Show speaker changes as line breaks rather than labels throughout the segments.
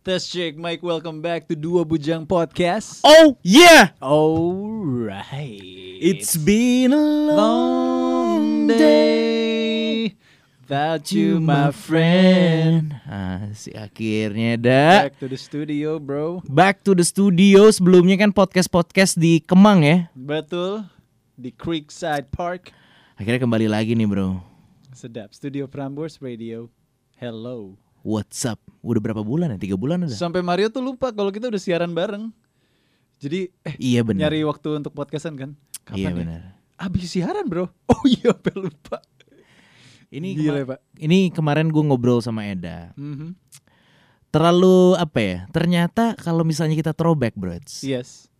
Test check, Mike. Welcome back to Dua Bujang Podcast.
Oh yeah,
Alright,
it's been a long
long
day
day without
to
you, my friend.
Asik Ah, akhirnya dah.
Back to the studio, bro.
Back to the studio sebelumnya kan podcast-podcast di Kemang ya.
Betul di Creekside Park.
Akhirnya kembali lagi nih bro.
Sedap. Studio Prambors Radio. Hello.
What's up? Udah berapa bulan ya? Tiga bulan udah.
Sampai Mario tuh lupa kalau kita udah siaran bareng. Jadi eh,
iya benar.
nyari waktu untuk podcastan kan? Kapan
Iya
ya?
benar.
Abis siaran, bro. Oh iya, sampai lupa.
Ini
Gila, Pak.
kema- ini kemarin gue ngobrol sama Eda.
Mhm.
Terlalu apa ya? Ternyata kalau misalnya kita throwback bro,
Yes.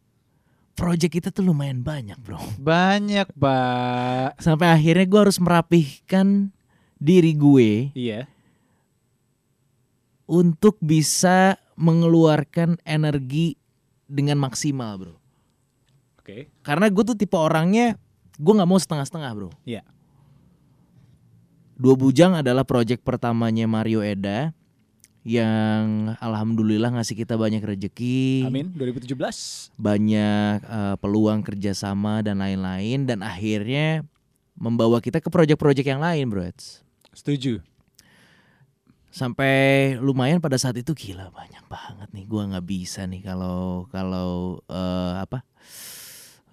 project kita tuh lumayan banyak bro.
Banyak, Pak.
Sampai akhirnya gue harus merapihkan diri gue
Iya.
untuk bisa mengeluarkan energi dengan maksimal bro
Oke.
karena gue tuh tipe orangnya gue nggak mau setengah-setengah bro
Iya.
dua bujang adalah project pertamanya Mario Eda yang alhamdulillah ngasih kita banyak rezeki
Amin 2017.
banyak eh, peluang kerjasama dan lain-lain dan akhirnya membawa kita ke project-project yang lain bro
Setuju.
sampai lumayan pada saat itu gila banyak banget nih gua nggak bisa nih kalau kalau eh, apa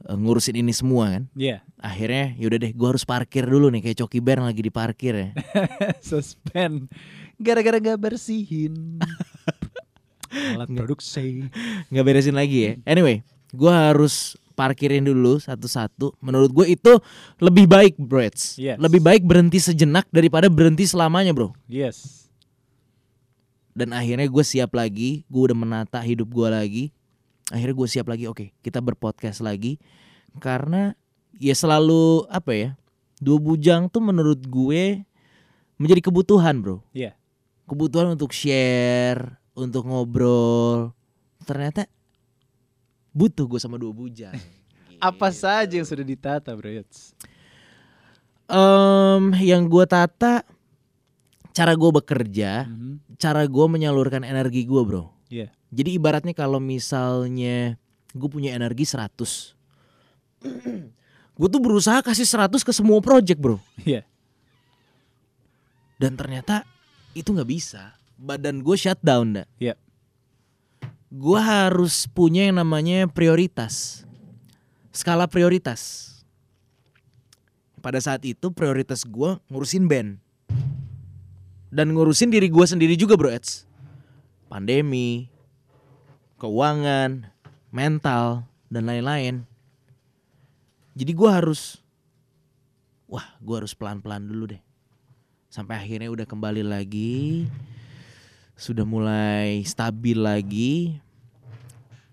eh, ngurusin ini semua kan
Iya.
akhirnya yaudah deh gua harus parkir dulu nih kayak coki bear lagi di parkir ya
Suspend. Gara-gara gak bersihin. Alat produksi.
nggak beresin lagi ya anyway gua harus parkirin dulu satu-satu menurut gue itu lebih baik bro Eds.
Yes.
lebih baik berhenti sejenak daripada berhenti selamanya bro
Yes.
dan akhirnya gue siap lagi gue udah menata hidup gue lagi akhirnya gue siap lagi oke kita berpodcast lagi karena ya selalu apa ya dua bujang tuh menurut gue menjadi kebutuhan bro
Iya.
kebutuhan untuk share untuk ngobrol ternyata butuh gue sama dua bujang
Apa saja yang sudah ditata, Bro? Yots?
Em, yang gue tata cara gue bekerja
Mhm.
cara gue menyalurkan energi gue bro
Iya.
Jadi ibaratnya kalau misalnya gue punya energi 100 Gue tuh berusaha kasih 100 ke semua project bro
Iya.
Dan ternyata itu gak bisa Badan gue shutdown dah
Iya.
Gue harus punya yang namanya prioritas Skala prioritas Pada saat itu prioritas gue ngurusin band Dan ngurusin diri gue sendiri juga bro Eds Pandemi keuangan, mental, dan lain-lain. Jadi gua harus, wah gua harus pelan-pelan dulu deh. Sampai akhirnya udah kembali lagi, sudah mulai stabil lagi.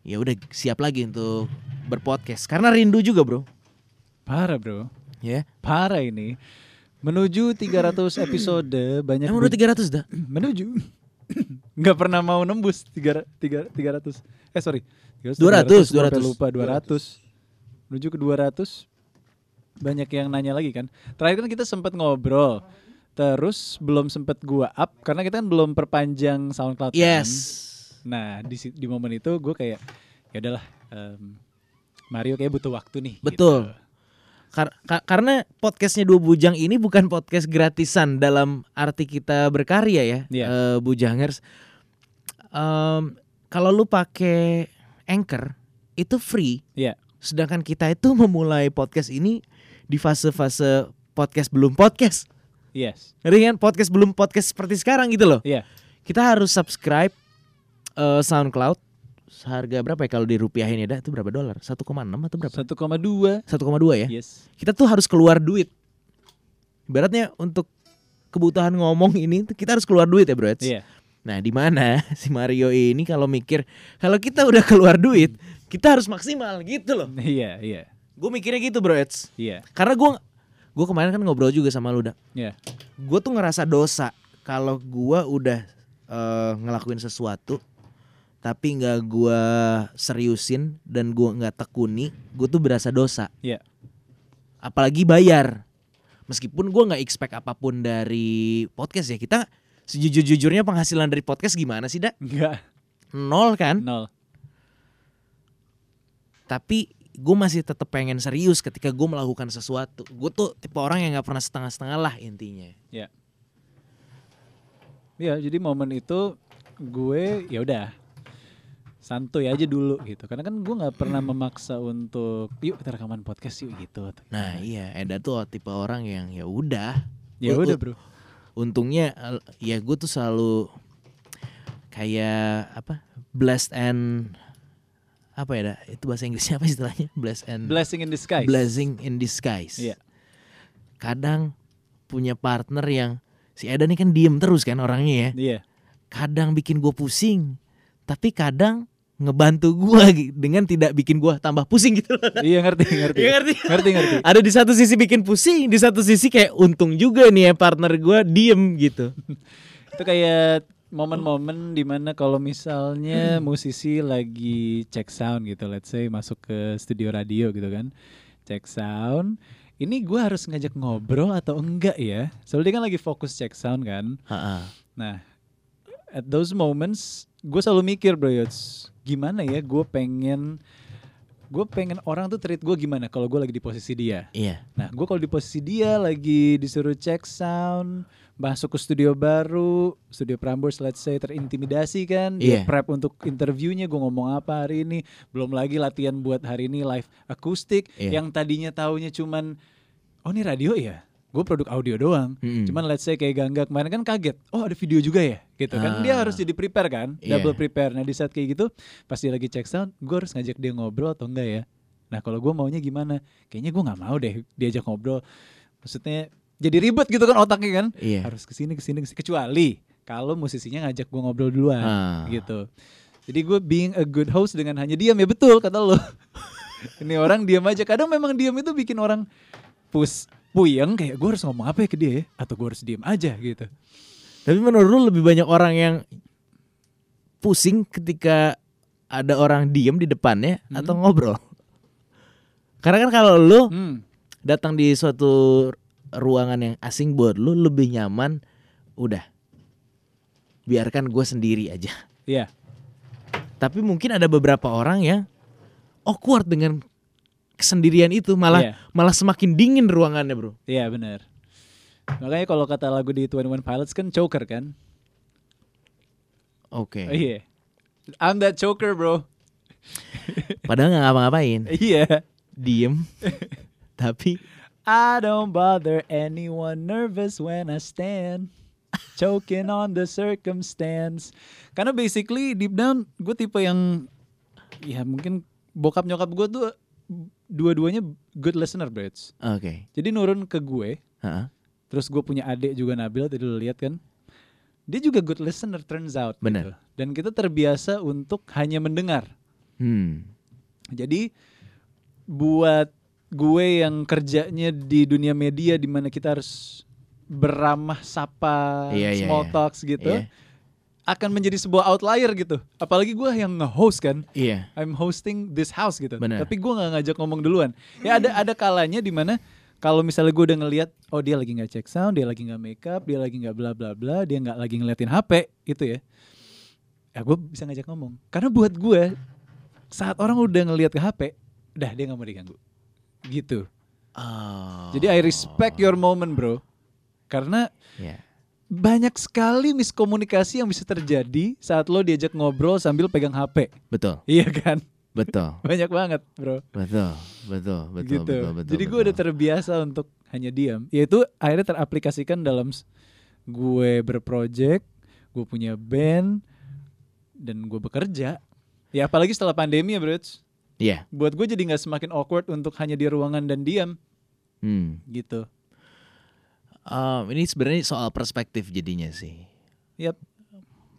Ya udah siap lagi untuk berpodcast karena rindu juga bro.
Parah, Bro.
Ya,
Parah ini. Menuju 300 episode banyak
emang udah 300 dah.
menuju nggak pernah mau nembus tiga tiga tiga ratus eh sorry
200,
Gua sampai
200.
lupa dua ratus menuju ke dua ratus banyak yang nanya lagi kan terakhir kan kita sempat ngobrol terus belum sempat gua up karena kita kan belum perpanjang SoundCloud kan.
Yes.
nah di si- di momen itu gua kayak ya udahlah em, Mario kayak butuh waktu nih
Betul.
gitu.
Kar- ka- karena podcastnya dua bujang ini bukan podcast gratisan dalam arti kita berkarya ya,
Iya.
eh, bujangers. Em, kalau lu pakai anchor itu free,
Iya.
sedangkan kita itu memulai podcast ini di fase-fase podcast belum podcast,
yes
ngerti kan? Podcast belum podcast seperti sekarang gitu loh.
Iya.
Kita harus subscribe eh, SoundCloud harga berapa ya kalau dirupiahin ya dah itu berapa dolar 1,6 atau berapa
1,2
1,2 ya
yes
kita tuh harus keluar duit. Ibaratnya untuk kebutuhan ngomong ini tuh kita harus keluar duit ya, Bro. Eds?
iya
Nah, di mana si Mario ini kalau mikir kalau kita udah keluar duit, kita harus maksimal gitu loh.
iya iya
Gue mikirnya gitu, Bro. Eds.
iya
Karena gue gue kemarin kan ngobrol juga sama lu, dah.
iya
Gue tuh ngerasa dosa kalau gue udah eh, ngelakuin sesuatu tapi nggak gue seriusin dan gue nggak tekuni, gue tuh berasa dosa
iya
apalagi bayar. Meskipun gue nggak expect apapun dari podcast ya kita sejujur-jujurnya penghasilan dari podcast gimana sih dak?
enggak
nol kan
nol
tapi gue masih tetap pengen serius ketika gue melakukan sesuatu gue tuh tipe orang yang nggak pernah setengah-setengah lah intinya
ya jadi momen itu gue ya udah santuy aja dulu gitu karena kan gue nggak pernah memaksa untuk yuk kita rekaman podcast yuk gitu
nah iya Eda tuh tipe orang yang ya udah
ya udah bro
untungnya al- ya gue tuh selalu kayak apa blessed and apa ya Da? itu bahasa Inggrisnya apa istilahnya blessed and
blessing in disguise
blessing in disguise
Iya.
kadang punya partner yang si Eda nih kan diem terus kan orangnya ya
iya
kadang bikin gue pusing tapi kadang ngebantu gue dengan tidak bikin gue tambah pusing gitu loh.
iya ngerti ngerti
Ya ngerti?
ngerti ngerti
Ada di satu sisi bikin pusing, di satu sisi kayak untung juga nih ya partner gue diem gitu.
itu kayak momen-momen dimana kalau misalnya musisi lagi cek sound gitu let's say masuk ke studio radio gitu kan cek sound ini gue harus ngajak ngobrol atau enggak ya soalnya dia kan lagi fokus cek sound kan
Ha-ha.
Nah, at those moments gue selalu mikir bro Yots, gimana ya gue pengen gue pengen orang tuh treat gue gimana kalau gue lagi di posisi dia.
Iya.
Nah, gue kalau di posisi dia lagi disuruh cek sound, masuk ke studio baru, studio Prambors let's say terintimidasi kan, dia
Iya.
prep untuk interviewnya, gue ngomong apa hari ini, belum lagi latihan buat hari ini live akustik,
Iya.
yang tadinya taunya cuman, oh ini radio ya, gue produk audio doang,
Mm-mm.
cuman let's say kayak Gangga kemarin kan kaget, oh ada video juga ya, gitu kan, dia
Ah.
harus jadi prepare kan,
Iya.
double prepare, nah di saat kayak gitu, pas dia lagi cek sound, gue harus ngajak dia ngobrol atau enggak ya, Nah kalau gue maunya gimana? Kayaknya gue nggak mau deh diajak ngobrol. Maksudnya jadi ribet gitu kan otaknya kan?
Iya.
Harus kesini kesini kesini. Kecuali kalau musisinya ngajak gue ngobrol duluan
Ah.
gitu. Jadi gue being a good host dengan hanya diam ya betul kata lo. Ini orang diam aja. Kadang memang diam itu bikin orang pus puyeng kayak gue harus ngomong apa ya ke dia ya atau gue harus diam aja gitu.
Tapi menurut lu lebih banyak orang yang pusing ketika ada orang diem di depannya atau ngobrol. Karena kan kalau lu
Hmm.
datang di suatu ruangan yang asing buat lu lebih nyaman, udah biarkan gue sendiri aja.
Iya.
Tapi mungkin ada beberapa orang yang awkward dengan kesendirian itu malah
Iya.
malah semakin dingin ruangannya bro.
Iya benar. Makanya kalau kata lagu di Twenty One Pilots kan choker kan.
Oke.
Iya. I'm that choker, bro.
Padahal nggak ngapa-ngapain,
Iya.
diem. tapi
I don't bother anyone nervous when I stand choking on the circumstance. Karena basically deep down gue tipe yang ya mungkin bokap nyokap gue tuh dua-duanya good listener, bro.
oke.
Jadi nurun ke gue,
Ha-ha.
terus gue punya adik juga Nabil tadi lu lihat kan. Dia juga good listener turns out. gitu.
Bener.
Dan kita terbiasa untuk hanya mendengar.
Hmm.
Jadi buat gue yang kerjanya di dunia media di mana kita harus beramah sapa
Iya, iya,
small
iya.
talks gitu
Iya.
akan menjadi sebuah outlier gitu. Apalagi gue yang nge-host kan.
Iya.
I'm hosting this house gitu.
Bener.
Tapi gue nggak ngajak ngomong duluan. Ya ada ada kalanya di mana kalau misalnya gue udah ngelihat oh dia lagi nggak check sound, dia lagi nggak makeup, dia lagi nggak bla bla bla, dia nggak lagi ngeliatin HP gitu ya. Ya gue bisa ngajak ngomong. Karena buat gue saat orang udah ngelihat ke HP, dah dia nggak mau diganggu. Gitu.
Oh.
Jadi I respect your moment, bro. Karena
Iya.
banyak sekali miskomunikasi yang bisa terjadi saat lo diajak ngobrol sambil pegang HP.
Betul.
Iya kan?
Betul.
Banyak banget, bro.
Betul. Betul. Betul.
gitu.
Betul. Betul.
Jadi gue
betul.
udah terbiasa untuk hanya diam. Yaitu akhirnya teraplikasikan dalam s- gue berproject, gue punya band, dan gue bekerja. Ya apalagi setelah pandemi ya bro.
Iya.
Buat gue jadi nggak semakin awkward untuk hanya di ruangan dan diam
Hmm.
gitu.
Um, ini sebenarnya soal perspektif jadinya sih.
Yap.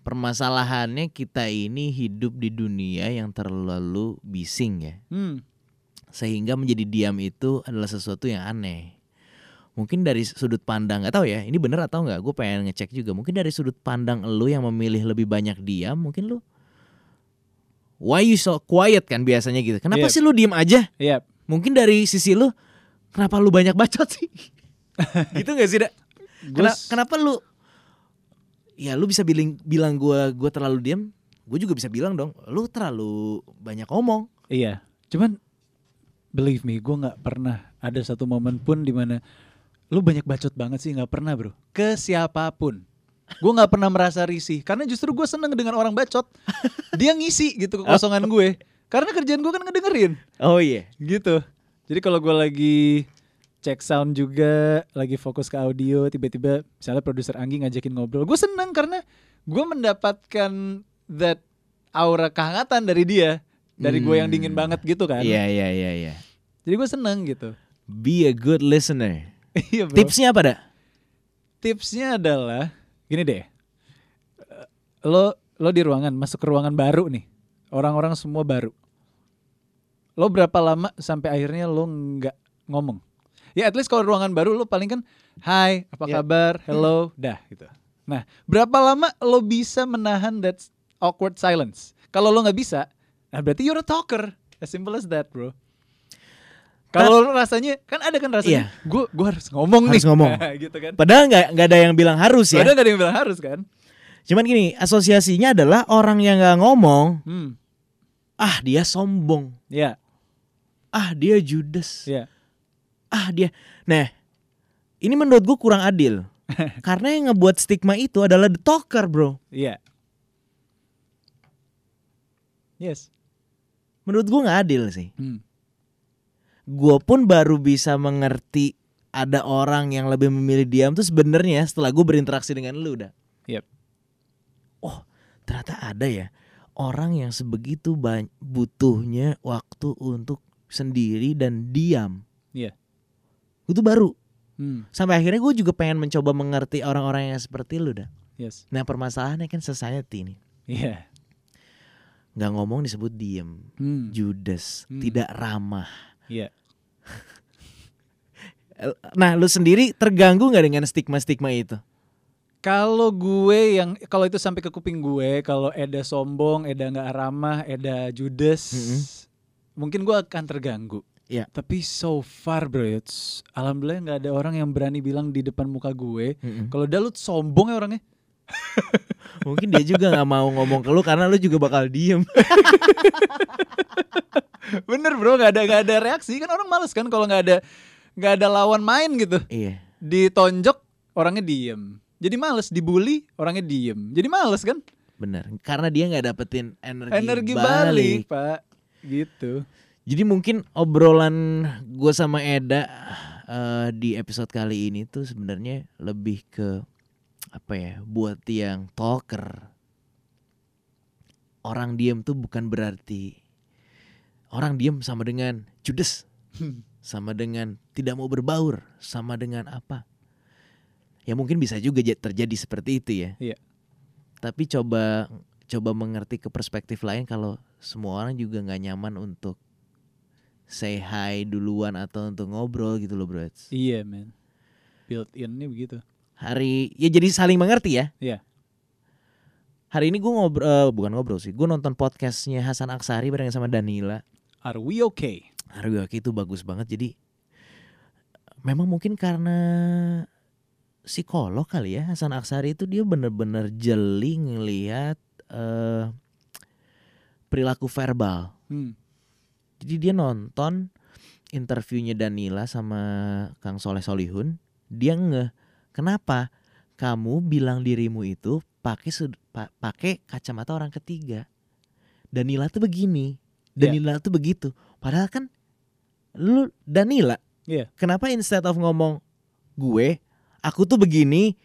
Permasalahannya kita ini hidup di dunia yang terlalu bising ya.
Hmm.
Sehingga menjadi diam itu adalah sesuatu yang aneh. Mungkin dari sudut pandang Gak tahu ya, ini bener atau nggak? Gue pengen ngecek juga. Mungkin dari sudut pandang lu yang memilih lebih banyak diam, mungkin lu Why you so quiet kan biasanya gitu.
Yep.
Kenapa sih lu diem aja?
Iya.
Mungkin dari sisi lu kenapa lu banyak bacot sih? gitu gak sih, Da?
Gua
Kena-
s-
kenapa lu Ya lu bisa bilang bilang gua gua terlalu diam gue juga bisa bilang dong lu terlalu banyak ngomong
Iya, cuman believe me, gue nggak pernah ada satu momen pun di mana lu banyak bacot banget sih nggak pernah bro ke siapapun. Gue nggak pernah merasa risih karena justru gue seneng dengan orang bacot. Dia ngisi gitu kekosongan gue. Karena kerjaan gue kan ngedengerin
oh iya
gitu. Jadi kalau gue lagi cek sound juga, lagi fokus ke audio, tiba-tiba misalnya produser Anggi ngajakin ngobrol, gue seneng karena gue mendapatkan that aura kehangatan dari dia, dari gue yang dingin
Hmm.
banget gitu kan.
iya iya iya iya
Jadi gue seneng gitu.
be a good listener
Iya bro.
tipsnya apa dah
Tipsnya adalah gini deh. Eh, Lo lo di ruangan, masuk ke ruangan baru nih. Orang-orang semua baru. Lo berapa lama sampai akhirnya lo nggak ngomong? Ya at least kalau ruangan baru lo paling kan hai, apa
Ya.
kabar, hello, dah gitu. Nah, berapa lama lo bisa menahan that awkward silence? Kalau lo nggak bisa, nah berarti you're a talker. As simple as that, bro. Kalau lo rasanya kan ada kan rasanya, gue gua harus ngomong
Iya. Harus
nih,
ngomong.
gitu kan.
padahal nggak nggak ada yang bilang harus ya
Ada nggak ada yang bilang harus kan?
cuman gini asosiasinya adalah orang yang nggak ngomong
Hmm.
ah dia sombong
Ya,
ah dia judes
ya.
ah dia nah ini menurut gue kurang adil karena yang ngebuat stigma itu adalah the talker bro
Iya. Yes.
menurut gue nggak adil sih
Hmm.
gue pun baru bisa mengerti ada orang yang lebih memilih diam tuh sebenarnya setelah gue berinteraksi dengan lu udah
Yep.
oh ternyata ada ya orang yang sebegitu banyak butuhnya waktu untuk sendiri dan diam
Iya.
itu baru
Hmm.
sampai akhirnya gue juga pengen mencoba mengerti orang-orang yang seperti lu dah
Yes.
nah permasalahannya kan society nih
Iya.
nggak ngomong disebut diem
Hmm.
judes
Hmm.
tidak ramah
Iya.
El- nah lu sendiri terganggu nggak dengan stigma stigma itu
Kalau gue yang kalau itu sampai ke kuping gue, kalau Eda sombong, Eda nggak ramah, Eda judes,
Mm-mm.
mungkin gue akan terganggu.
Iya.
Tapi so far bro, it's- alhamdulillah nggak ada orang yang berani bilang di depan muka gue. Kalau Eda lu sombong ya orangnya.
mungkin dia juga nggak mau ngomong ke lu karena lu juga bakal diem
Bener bro, nggak ada nggak ada reaksi kan orang males kan kalau nggak ada nggak ada lawan main gitu.
iya
ditonjok orangnya diem jadi males dibully orangnya diem jadi males kan
benar karena dia nggak dapetin energi,
energi
balik.
balik pak gitu
jadi mungkin obrolan gue sama Eda eh, di episode kali ini tuh sebenarnya lebih ke apa ya buat yang talker orang diem tuh bukan berarti orang diem sama dengan judes sama dengan tidak mau berbaur sama dengan apa ya mungkin bisa juga ja- terjadi seperti itu ya
Iya.
tapi coba coba mengerti ke perspektif lain kalau semua orang juga nggak nyaman untuk say hi duluan atau untuk ngobrol gitu loh bro
iya man built in nih begitu
hari ya jadi saling mengerti ya
Iya.
hari ini gue ngobrol eh, bukan ngobrol sih gue nonton podcastnya Hasan Aksari bareng sama Danila
are we okay
Haruaki itu bagus banget jadi memang mungkin karena psikolog kali ya Hasan Aksari itu dia bener-bener jeli ngelihat eh, perilaku verbal
hmm.
jadi dia nonton interviewnya Danila sama Kang Soleh Solihun dia nge kenapa kamu bilang dirimu itu pakai sud- pa- pakai kacamata orang ketiga Danila tuh begini
Iya.
Danila tuh begitu padahal kan lu Danila
Iya.
kenapa instead of ngomong gue aku tuh begini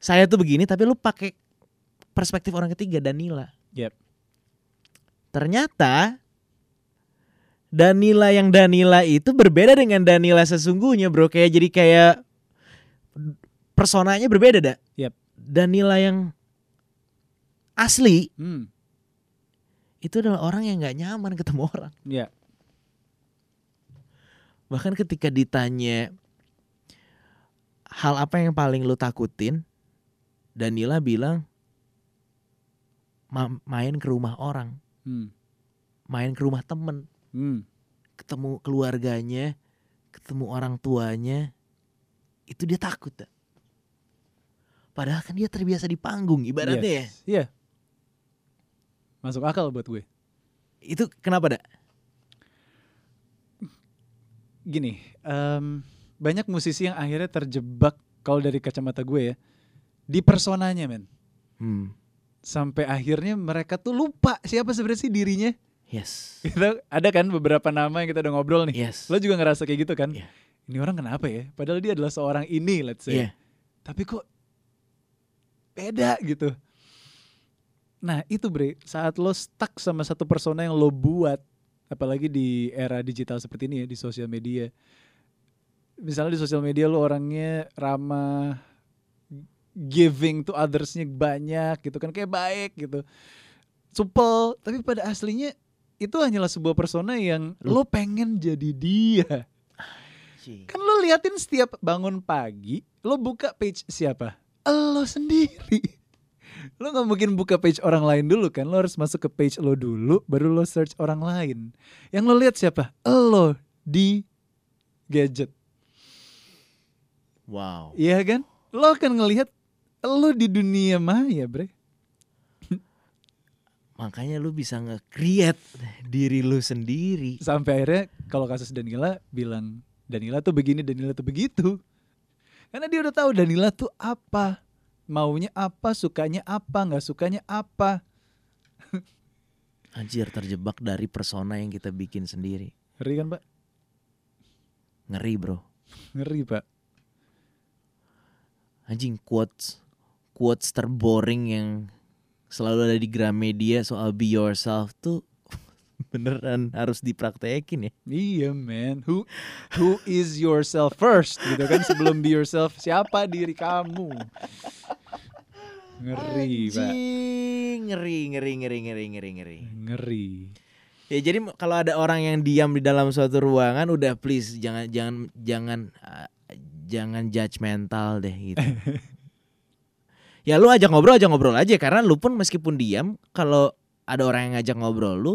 saya tuh begini tapi lu pakai perspektif orang ketiga Danila
Yep.
ternyata Danila yang Danila itu berbeda dengan Danila sesungguhnya bro kayak jadi kayak personanya berbeda dah
Yap.
Danila yang asli
hmm
itu adalah orang yang nggak nyaman ketemu orang
ya
bahkan ketika ditanya hal apa yang paling lu takutin Danila bilang "Ma- main ke rumah orang
hmm
main ke rumah temen
hmm
ketemu keluarganya, ketemu orang tuanya, itu dia takut. Dak. Padahal kan dia terbiasa di panggung ibaratnya ya.
Yes. Iya. Masuk akal buat gue.
Itu kenapa, Da?
Gini, em, banyak musisi yang akhirnya terjebak kalau dari kacamata gue ya di personanya men.
Hmm.
Sampai akhirnya mereka tuh lupa siapa sebenarnya sih dirinya.
Yes.
Kita ada kan beberapa nama yang kita udah ngobrol nih.
Yes.
Lo juga ngerasa kayak gitu kan?
Iya.
Ini orang kenapa ya? Padahal dia adalah seorang ini, let's say.
Iya.
Tapi kok beda gitu. Nah itu Bre, saat lo stuck sama satu persona yang lo buat, apalagi di era digital seperti ini ya, di sosial media. Misalnya di sosial media lo orangnya ramah, giving to others-nya banyak gitu kan, kayak baik gitu. Supel, tapi pada aslinya itu hanyalah sebuah persona yang lo pengen jadi dia. Kan lo liatin setiap bangun pagi, lo buka page siapa? Lo sendiri. Lo nggak mungkin buka page orang lain dulu kan? Lo harus masuk ke page lo dulu, baru lo search orang lain. Yang lo lihat siapa? Lo di gadget.
Wow.
Iya kan? Lo akan ngelihat lo di dunia maya, bre.
Makanya lu bisa nge-create diri lu sendiri.
Sampai akhirnya kalau kasus Danila bilang Danila tuh begini, Danila tuh begitu. Karena dia udah tahu Danila tuh apa, maunya apa, sukanya apa, nggak sukanya apa.
Anjir terjebak dari persona yang kita bikin sendiri.
Ngeri kan pak?
Ngeri, Bro.
Ngeri pak.
Anjing quotes quotes terboring yang selalu ada di Gramedia soal be yourself tuh beneran harus dipraktekin ya.
Iya man, who who is yourself first gitu kan sebelum be yourself siapa diri kamu? Ngeri pak,
Anjing, ngeri, ngeri, ngeri, ngeri, ngeri, ngeri.
ngeri.
Ya jadi m- kalau ada orang yang diam di dalam suatu ruangan udah please jangan jangan jangan uh, jangan judgmental deh gitu. ya lu ajak ngobrol aja ngobrol aja karena lu pun meskipun diam kalau ada orang yang ngajak ngobrol lu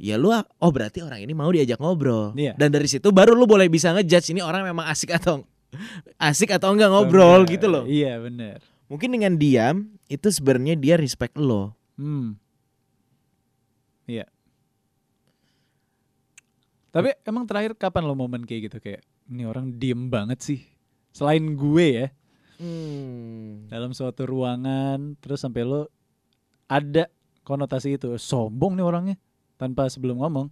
ya lu a- oh berarti orang ini mau diajak ngobrol.
Iya.
Dan dari situ baru lu boleh bisa ngejudge ini orang memang asik atau asik atau enggak ngobrol gitu loh.
Iya bener.
Mungkin dengan diam itu sebenarnya dia respect lo.
Hmm. Iya. Tapi emang terakhir kapan lo momen kayak gitu kayak ini orang diem banget sih. Selain gue ya dalam suatu ruangan terus sampai lo ada konotasi itu sombong nih orangnya tanpa sebelum ngomong.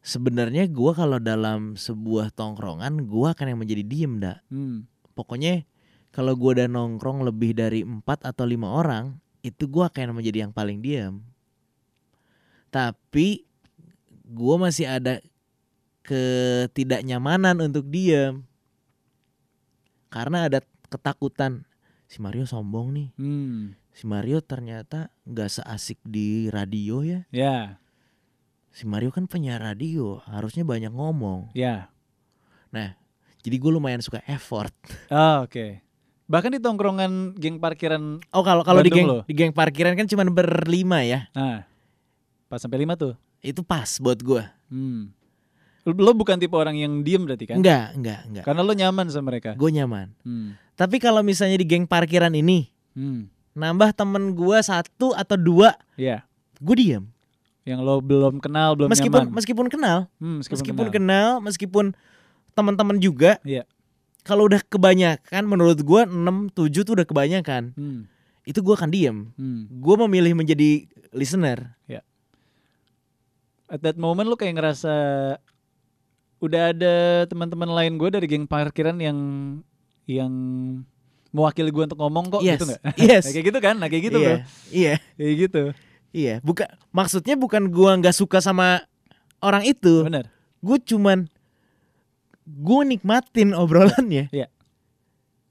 sebenarnya gua kalau dalam sebuah tongkrongan gua akan yang menjadi diem dah
Hmm.
pokoknya kalau gua udah nongkrong lebih dari empat atau lima orang itu gua akan yang menjadi yang paling diam tapi gua masih ada ketidaknyamanan untuk diam karena ada ketakutan si Mario sombong nih
Hmm.
si Mario ternyata nggak seasik di radio ya
Ya,
si Mario kan penyiar radio harusnya banyak ngomong
ya.
Jadi gue lumayan suka effort.
Ah, Oke. Bahkan di tongkrongan geng parkiran.
Oh kalau kalau di geng
Bandung lo.
di geng parkiran kan cuma berlima ya.
Nah, pas sampai lima tuh.
Itu pas buat gue.
Hmm. Lo, lo bukan tipe orang yang diem berarti kan?
Enggak enggak enggak.
Karena lo nyaman sama mereka.
Gue nyaman.
Hmm.
Tapi kalau misalnya di geng parkiran ini
Hmm.
nambah temen gue satu atau dua,
Ya,
gue diam.
yang lo belum kenal, belum
Meskipun
nyaman.
meskipun kenal,
Hmm,
meskipun kenal, meskipun teman-teman juga.
Iya.
Kalau udah kebanyakan, menurut gue 6, 7 tuh udah kebanyakan.
Hmm.
Itu gue akan diem.
Hmm.
Gue memilih menjadi listener.
At that moment lo kayak ngerasa udah ada teman-teman lain gue dari geng parkiran yang yang mewakili gue untuk ngomong kok
yes,
gitu nggak?
yes.
Nah, kayak gitu kan? Nah kayak gitu
Iya,
bro,
Iya.
kayak gitu.
Iya, bukan maksudnya bukan gua nggak suka sama orang itu.
Bener.
Gua cuman gua nikmatin obrolannya.
Iya.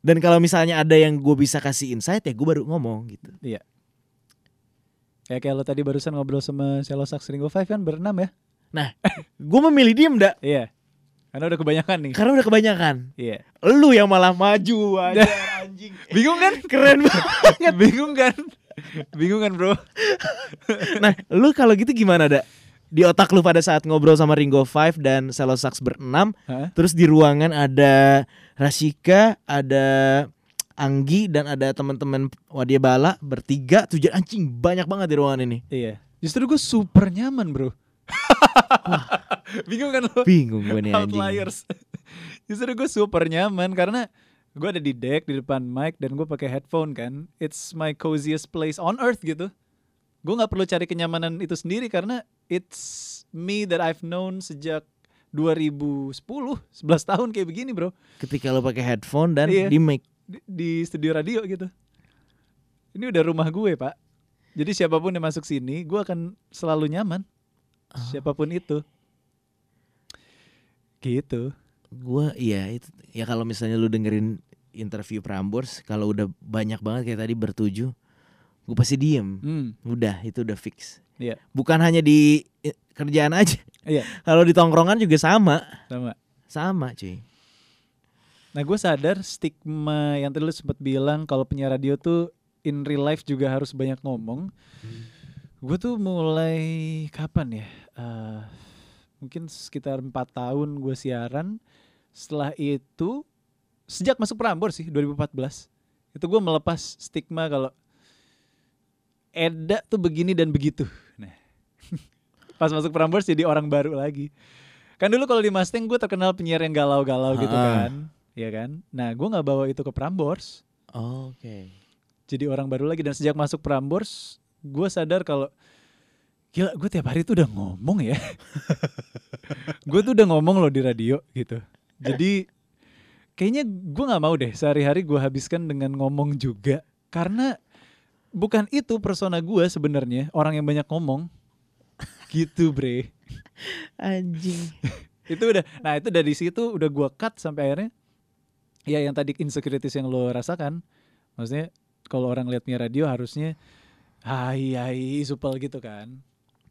Dan kalau misalnya ada yang gua bisa kasih insight ya gua baru ngomong gitu.
Ya kayak lo tadi barusan ngobrol sama Selosak Ringo Five kan berenam ya?
Gua memilih diem dah
Iya. Karena udah kebanyakan nih.
karena udah kebanyakan.
Iya.
Lu yang malah maju aja anjing.
Bingung kan?
Keren banget.
Bingung kan? Bingung kan bro?
Nah, lu kalau gitu gimana, Da? Di otak lu pada saat ngobrol sama Ringo Five dan Selo Sax berenam,
Hah?
terus di ruangan ada Rasika, ada Anggi dan ada teman-teman Wadia Bala bertiga tujuan anjing banyak banget di ruangan ini.
Iya. Justru gue super nyaman bro. Bingung kan lo?
Bingung gue nih anjing.
Outliers. Justru gue super nyaman karena gue ada di deck di depan mic dan gue pakai headphone kan. It's my coziest place on earth gitu. Gue nggak perlu cari kenyamanan itu sendiri karena it's me that I've known sejak 2010, 11 tahun kayak begini bro
Ketika lo pakai headphone dan
Iya.
di mic.
di, di studio radio gitu. Ini udah rumah gue pak. Jadi siapapun yang masuk sini, gue akan selalu nyaman. Siapapun itu. Gitu.
Gue iya itu ya kalau misalnya lu dengerin interview Prambors kalau udah banyak banget kayak tadi bertujuh gue pasti diem.
Hmm.
Udah itu udah fix.
Iya.
Bukan hanya di eh, kerjaan aja.
Iya.
Kalau di tongkrongan juga sama.
Sama.
Sama cuy.
Nah gue sadar stigma yang tadi lu sempat bilang kalau penyiar radio tuh in real life juga harus banyak ngomong. Gue tuh mulai kapan ya? Eh, mungkin sekitar empat tahun gue siaran. Setelah itu sejak masuk Prambor sih 2014 itu gue melepas stigma kalau Eda tuh begini dan begitu. Nah, pas masuk Prambors jadi orang baru lagi. Kan dulu kalau di Mustang gue terkenal penyiar yang galau-galau gitu
Ah.
kan, ya kan. Nah, gue nggak bawa itu ke Prambors,
Oke.
jadi orang baru lagi dan sejak masuk Prambors gue sadar kalau gila gue tiap hari tuh udah ngomong ya. gue tuh udah ngomong loh di radio gitu. Jadi kayaknya gue nggak mau deh sehari-hari gue habiskan dengan ngomong juga karena bukan itu persona gue sebenarnya orang yang banyak ngomong gitu bre
Anjing.
itu udah nah itu dari situ udah gua cut sampai akhirnya ya yang tadi insecurities yang lo rasakan maksudnya kalau orang lihat Mia radio harusnya hai hai supel gitu kan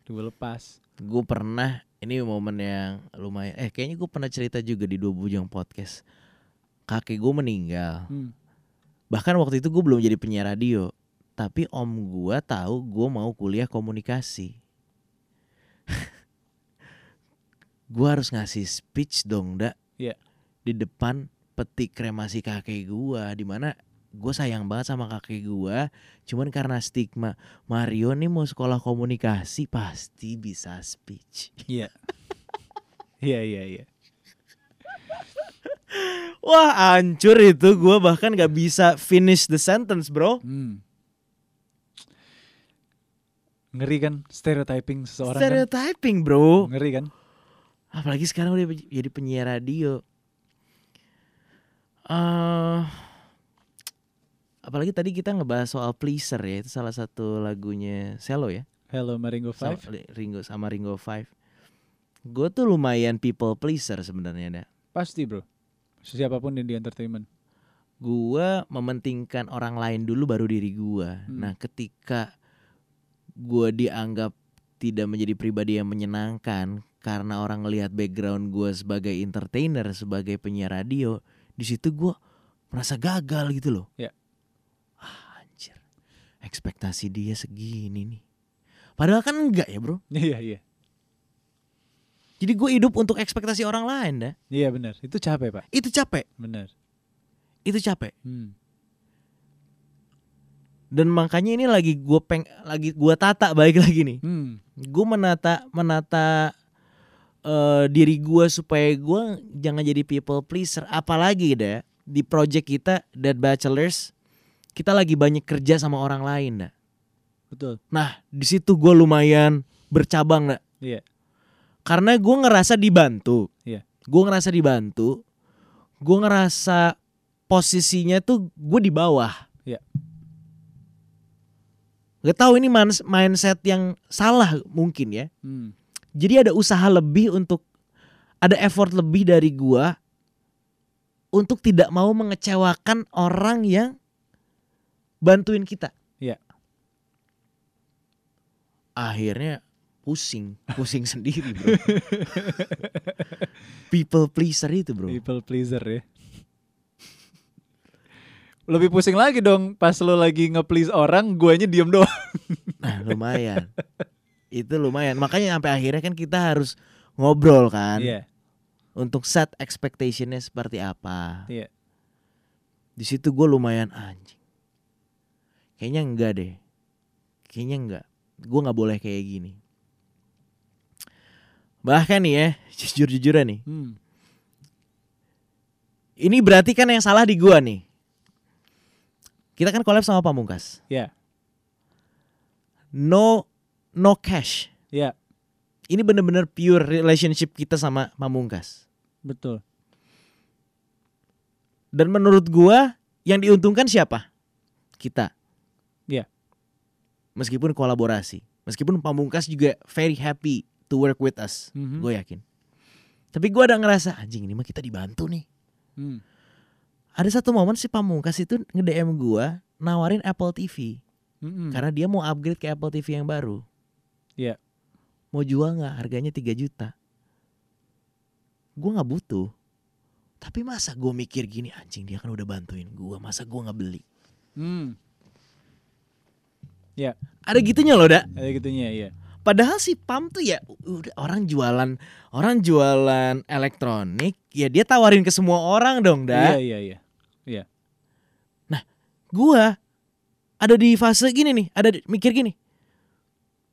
gue lepas
gue pernah ini momen yang lumayan eh kayaknya gue pernah cerita juga di dua bujang podcast kakek gue meninggal
Hmm.
bahkan waktu itu gue belum jadi penyiar radio tapi om gue tahu gue mau kuliah komunikasi gue harus ngasih speech dong dak
Iya.
di depan peti kremasi kakek gue dimana gue sayang banget sama kakek gue cuman karena stigma Mario nih mau sekolah komunikasi pasti bisa speech
iya iya iya iya
Wah ancur itu gue bahkan gak bisa finish the sentence bro
Hmm. ngeri kan stereotyping seseorang kan?
Stereotyping bro
ngeri kan
Apalagi sekarang udah jadi penyiar radio eh Apalagi tadi kita ngebahas soal Pleaser ya Itu salah satu lagunya Selo ya
hello Maringo
sama
Five
Ringo, sama Ringo Five Gue tuh lumayan people pleaser sebenarnya dah
pasti bro siapapun yang di entertainment
Gue mementingkan orang lain dulu baru diri gue
Hmm.
Nah ketika gue dianggap tidak menjadi pribadi yang menyenangkan karena orang ngelihat background gue sebagai entertainer sebagai penyiar radio di situ gue merasa gagal gitu loh
Ya.
ah, anjir ekspektasi dia segini nih padahal kan enggak ya bro
iya iya
jadi gue hidup untuk ekspektasi orang lain dah
iya benar itu capek pak
itu capek
benar
itu capek
hmm.
dan makanya ini lagi gue peng lagi gue tata baik lagi nih
Hmm.
gue menata menata eh, diri gue supaya gue jangan jadi people pleaser apalagi deh di project kita Dead Bachelors kita lagi banyak kerja sama orang lain dah
betul
nah di situ gue lumayan bercabang dah
iya
karena gue ngerasa dibantu
Iya.
gue ngerasa dibantu gue ngerasa posisinya tuh gue di bawah
Iya.
Gak tahu ini mans- mindset yang salah mungkin ya
hmm.
Jadi ada usaha lebih untuk ada effort lebih dari gua untuk tidak mau mengecewakan orang yang bantuin kita.
Iya.
Akhirnya pusing, pusing sendiri, Bro. People pleaser itu, Bro.
People pleaser ya. Lebih pusing lagi dong pas lo lagi nge-please orang, guanya diem doang.
Nah, lumayan. itu lumayan. Makanya sampai akhirnya kan kita harus ngobrol kan
Iya,
untuk set expectationnya seperti apa.
iya.
Di situ gue lumayan anjing. Kayaknya enggak deh. Kayaknya enggak. Gue nggak boleh kayak gini. Bahkan nih ya, jujur-jujuran nih.
Hmm.
Ini berarti kan yang salah di gua nih. Kita kan collab sama Pamungkas.
Ya.
No no cash.
Ya,
Ini bener-bener pure relationship kita sama Pamungkas.
betul.
Dan menurut gua yang diuntungkan siapa? Kita.
Iya.
Meskipun kolaborasi, meskipun Pamungkas juga very happy to work with us.
Mhm.
Gue yakin. Tapi gua ada ngerasa anjing ini mah kita dibantu nih.
Hmm.
Ada satu momen si Pamungkas itu nge-DM gua nawarin Apple TV.
Mm-mm.
Karena dia mau upgrade ke Apple TV yang baru.
Hmm. Iya.
Mau jual nggak? Harganya 3 juta. Gue nggak butuh. Tapi masa gue mikir gini anjing dia kan udah bantuin gue. Masa gue nggak beli?
Hmm. Ya,
Ada gitunya loh, dak.
ada gitunya ya.
Padahal si Pam tuh ya udah orang jualan orang jualan elektronik ya dia tawarin ke semua orang
Iya,
dong, dak.
iya, iya.
Gua ada di fase gini nih, ada di- mikir gini.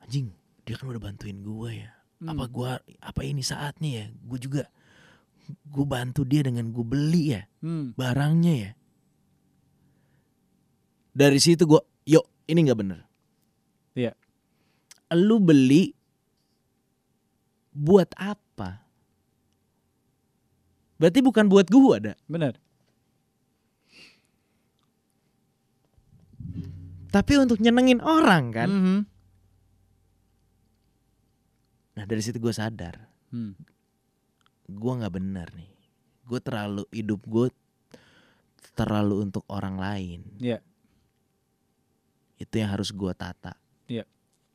Anjing, dia kan udah bantuin gue ya.
Hmm.
apa gua apa ini saatnya ya gue juga gue bantu dia dengan gue beli ya
Hmm.
barangnya ya dari situ gue yuk ini nggak bener
Iya.
lu beli buat apa berarti bukan buat gua ada
Benar.
tapi untuk nyenengin orang kan
Mhm.
nah dari situ gue sadar
Hmm.
gue nggak bener nih gue terlalu hidup gue terlalu untuk orang lain
Iya.
itu yang harus gue tata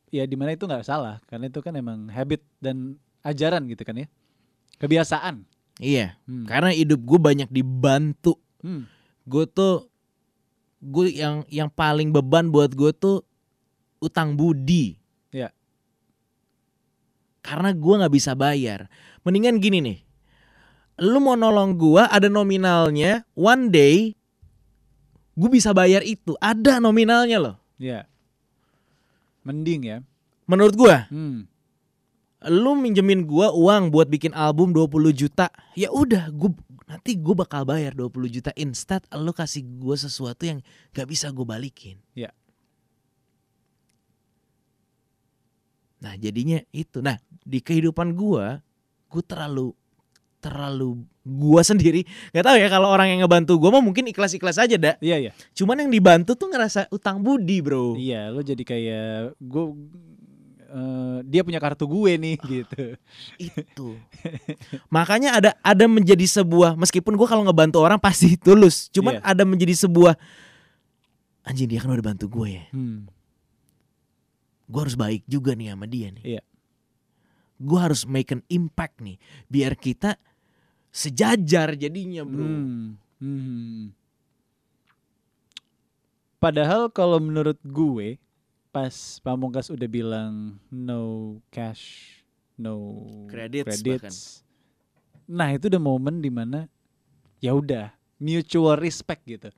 Ya dimana itu nggak salah karena itu kan emang habit dan ajaran gitu kan ya. Kebiasaan.
iya
Hmm.
karena hidup gue banyak dibantu
Hmm.
gue tuh gue yang yang paling beban buat gue tuh utang budi
Iya.
karena gue nggak bisa bayar mendingan gini nih lu mau nolong gue ada nominalnya one day gue bisa bayar itu ada nominalnya loh
Ya. Mending ya.
menurut gue
Hmm.
lu minjemin gua uang buat bikin album 20 juta ya udah gua nanti gua bakal bayar 20 juta instead lu kasih gua sesuatu yang gak bisa gua balikin
Ya.
nah jadinya itu nah di kehidupan gua gua terlalu terlalu gua sendiri nggak tahu ya kalau orang yang ngebantu gua mah mungkin ikhlas ikhlas aja dak
Iya, iya.
cuman yang dibantu tuh ngerasa utang budi bro
Iya, lo jadi kayak gue dia punya kartu gue nih gitu.
itu makanya ada ada menjadi sebuah meskipun gua kalau ngebantu orang pasti tulus cuman
Iya.
ada menjadi sebuah anjing dia kan udah bantu gue ya
Hmm.
gue harus baik juga nih sama dia nih
Iya.
gue harus make an impact nih biar kita sejajar jadinya bro
Hmm. Hmm. Padahal kalau menurut gue pas Pamungkas udah bilang no cash, no
Credits
Nah, itu udah momen dimana ya udah mutual respect gitu.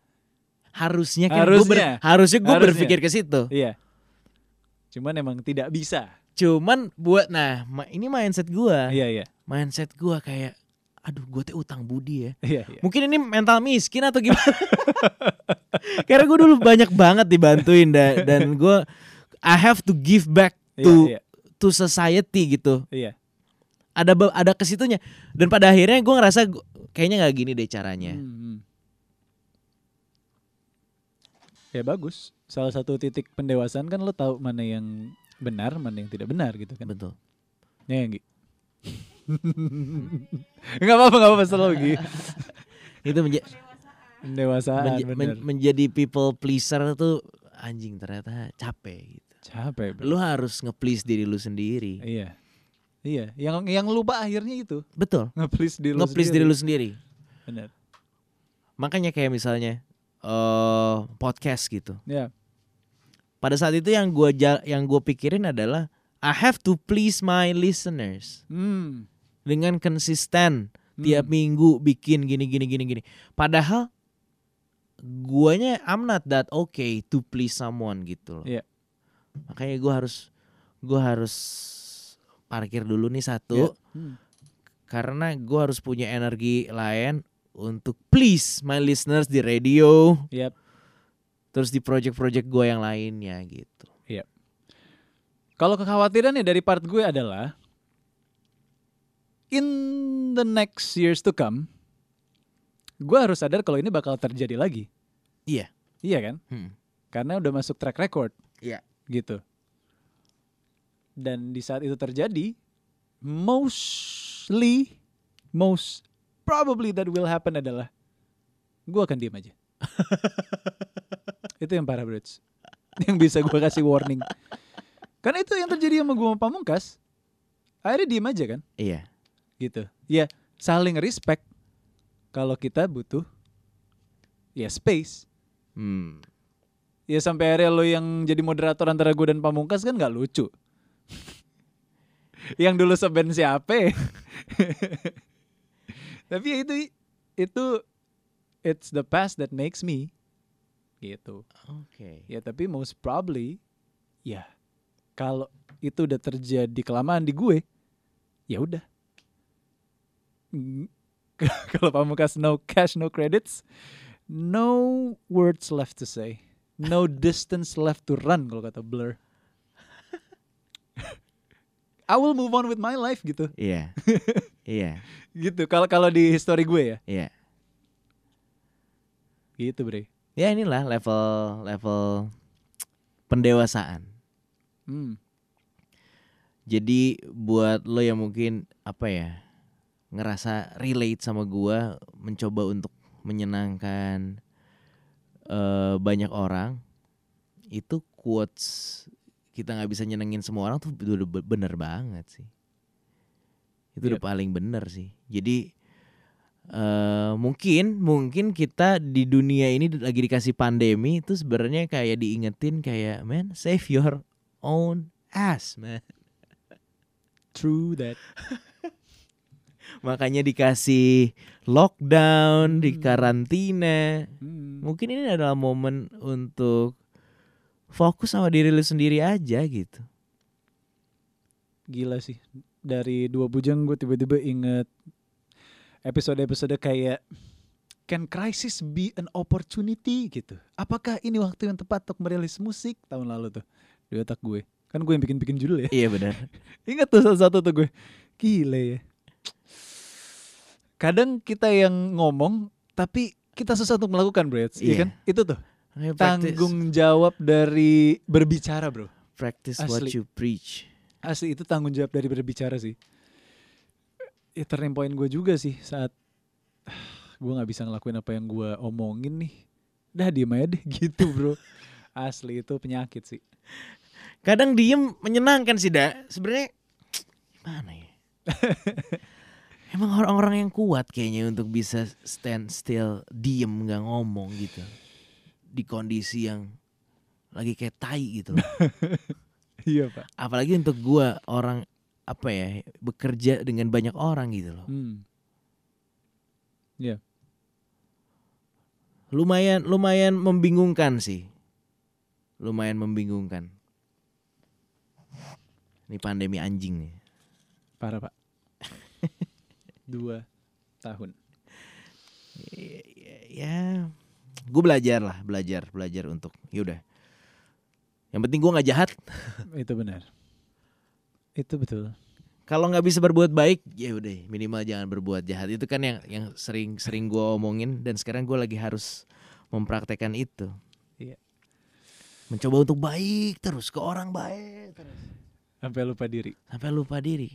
harusnya kan gua ber-
Harusnya.
harusnya gue
Harusnya.
berpikir ke situ
Iya. Cuman emang tidak bisa.
cuman buat nah ma- ini mindset gue
Iya, iya.
mindset gue kayak aduh gue teh utang budi ya
Iya, iya.
Mungkin ini mental miskin atau gimana? Karena gue dulu banyak banget dibantuin da- dan gue I have to give back
Iya,
to
iya.
to society gitu.
Iya.
Ada be- ada kesitunya dan pada akhirnya gue ngerasa gu- kayaknya nggak gini deh caranya.
Hmm. Ya bagus. Salah satu titik pendewasaan kan lo tahu mana yang benar, mana yang tidak benar gitu kan.
Betul.
Ya Gi. Enggak apa-apa, enggak apa-apa selalu Gi.
Itu menja-
Pendewasaan
menja- men-
benar.
menjadi people pleaser tuh anjing ternyata capek gitu.
Capek, Bro.
Lu harus nge-please diri lu sendiri.
Iya. Iya, yang yang lupa akhirnya itu.
Betul.
Nge-please diri lu.
Nge-please diri lu sendiri.
Benar.
Makanya kayak misalnya eh podcast gitu.
Ya.
pada saat itu yang gua ja- yang gua pikirin adalah I have to please my listeners
Hmm.
dengan konsisten
Hmm.
tiap minggu bikin gini gini gini gini. Padahal guanya I'm not that okay to please someone gitu loh.
Iya.
Makanya gua harus gua harus parkir dulu nih
Iya.
satu
Hmm.
karena gua harus punya energi lain untuk please my listeners di radio
Yap.
terus di project-project gua yang lainnya gitu.
Kalau kekhawatiran ya dari part gue adalah in the next years to come, gue harus sadar kalau ini bakal terjadi lagi.
Iya.
Iya kan?
Hmm.
Karena udah masuk track record.
Iya.
Gitu. Dan di saat itu terjadi, mostly, most probably that will happen adalah gue akan diem aja. itu yang parah, Brits. Yang bisa gue kasih warning. Karena itu yang terjadi sama gue sama Pamungkas. Akhirnya diem aja kan,
Iya.
gitu. Ya saling respect kalau kita butuh ya space.
Hmm.
Ya sampai akhirnya lo yang jadi moderator antara gue dan Pamungkas kan nggak lucu. yang dulu seben siapa? ya? Tapi ya itu itu it's the past that makes me gitu.
Oke.
Ya tapi most probably ya kalau itu udah terjadi kelamaan di gue ya udah. Mm, kalau Pamungkas no cash no credits, no words left to say. No distance left to run kalau kata Blur. I will move on with my life gitu.
Iya. Iya.
Gitu kalau kalau di history gue ya.
Iya.
Gitu, Bre.
Ya inilah level level pendewasaan.
Hmm.
Jadi buat lo yang mungkin apa ya ngerasa relate sama gua mencoba untuk menyenangkan eh, banyak orang itu quotes kita nggak bisa nyenengin semua orang tuh udah be- bener banget sih itu udah paling bener sih jadi eh mungkin mungkin kita di dunia ini lagi dikasih pandemi itu sebenarnya kayak diingetin kayak man save your own ass man
True that.
makanya dikasih lockdown, di
Hmm.
karantina.
Hmm.
Mungkin ini adalah momen untuk fokus sama diri lu sendiri aja gitu.
gila sih dari dua bujang gue tiba-tiba inget episode-episode kayak can crisis be an opportunity gitu apakah ini waktu yang tepat untuk merilis musik tahun lalu tuh di otak gue kan gue yang bikin-bikin judul ya
Iya benar.
inget tuh satu-satu tuh gue gila ya kadang kita yang ngomong tapi kita susah untuk melakukan bro Iya
Iya.
kan itu tuh
Ayo practice-
tanggung jawab dari berbicara bro
practice what
Asli.
you preach.
Asli itu tanggung jawab dari berbicara sih. Ya turning point gue juga sih saat gue nggak bisa ngelakuin apa yang gue omongin nih. Dah diem aja deh gitu bro. Asli itu penyakit sih.
Kadang diem menyenangkan sih, Da. Sebenarnya gimana ya? Emang orang-orang yang kuat kayaknya untuk bisa stand still, diem nggak ngomong gitu. Di kondisi yang lagi kayak tai gitu loh.
Iya pak.
apalagi untuk gua orang apa ya bekerja dengan banyak orang gitu loh
Hmm.
lumayan lumayan membingungkan sih lumayan membingungkan ini pandemi anjing nih
Parah pak. Dua tahun.
ya gue belajar lah belajar belajar untuk yaudah yang penting gua nggak jahat
Itu benar. Itu betul.
kalau nggak bisa berbuat baik ya udah minimal jangan berbuat jahat itu kan yang yang sering sering gua omongin dan sekarang gua lagi harus mempraktekkan itu
Iya.
mencoba untuk baik terus ke orang baik terus
Sampai lupa diri.
sampai lupa diri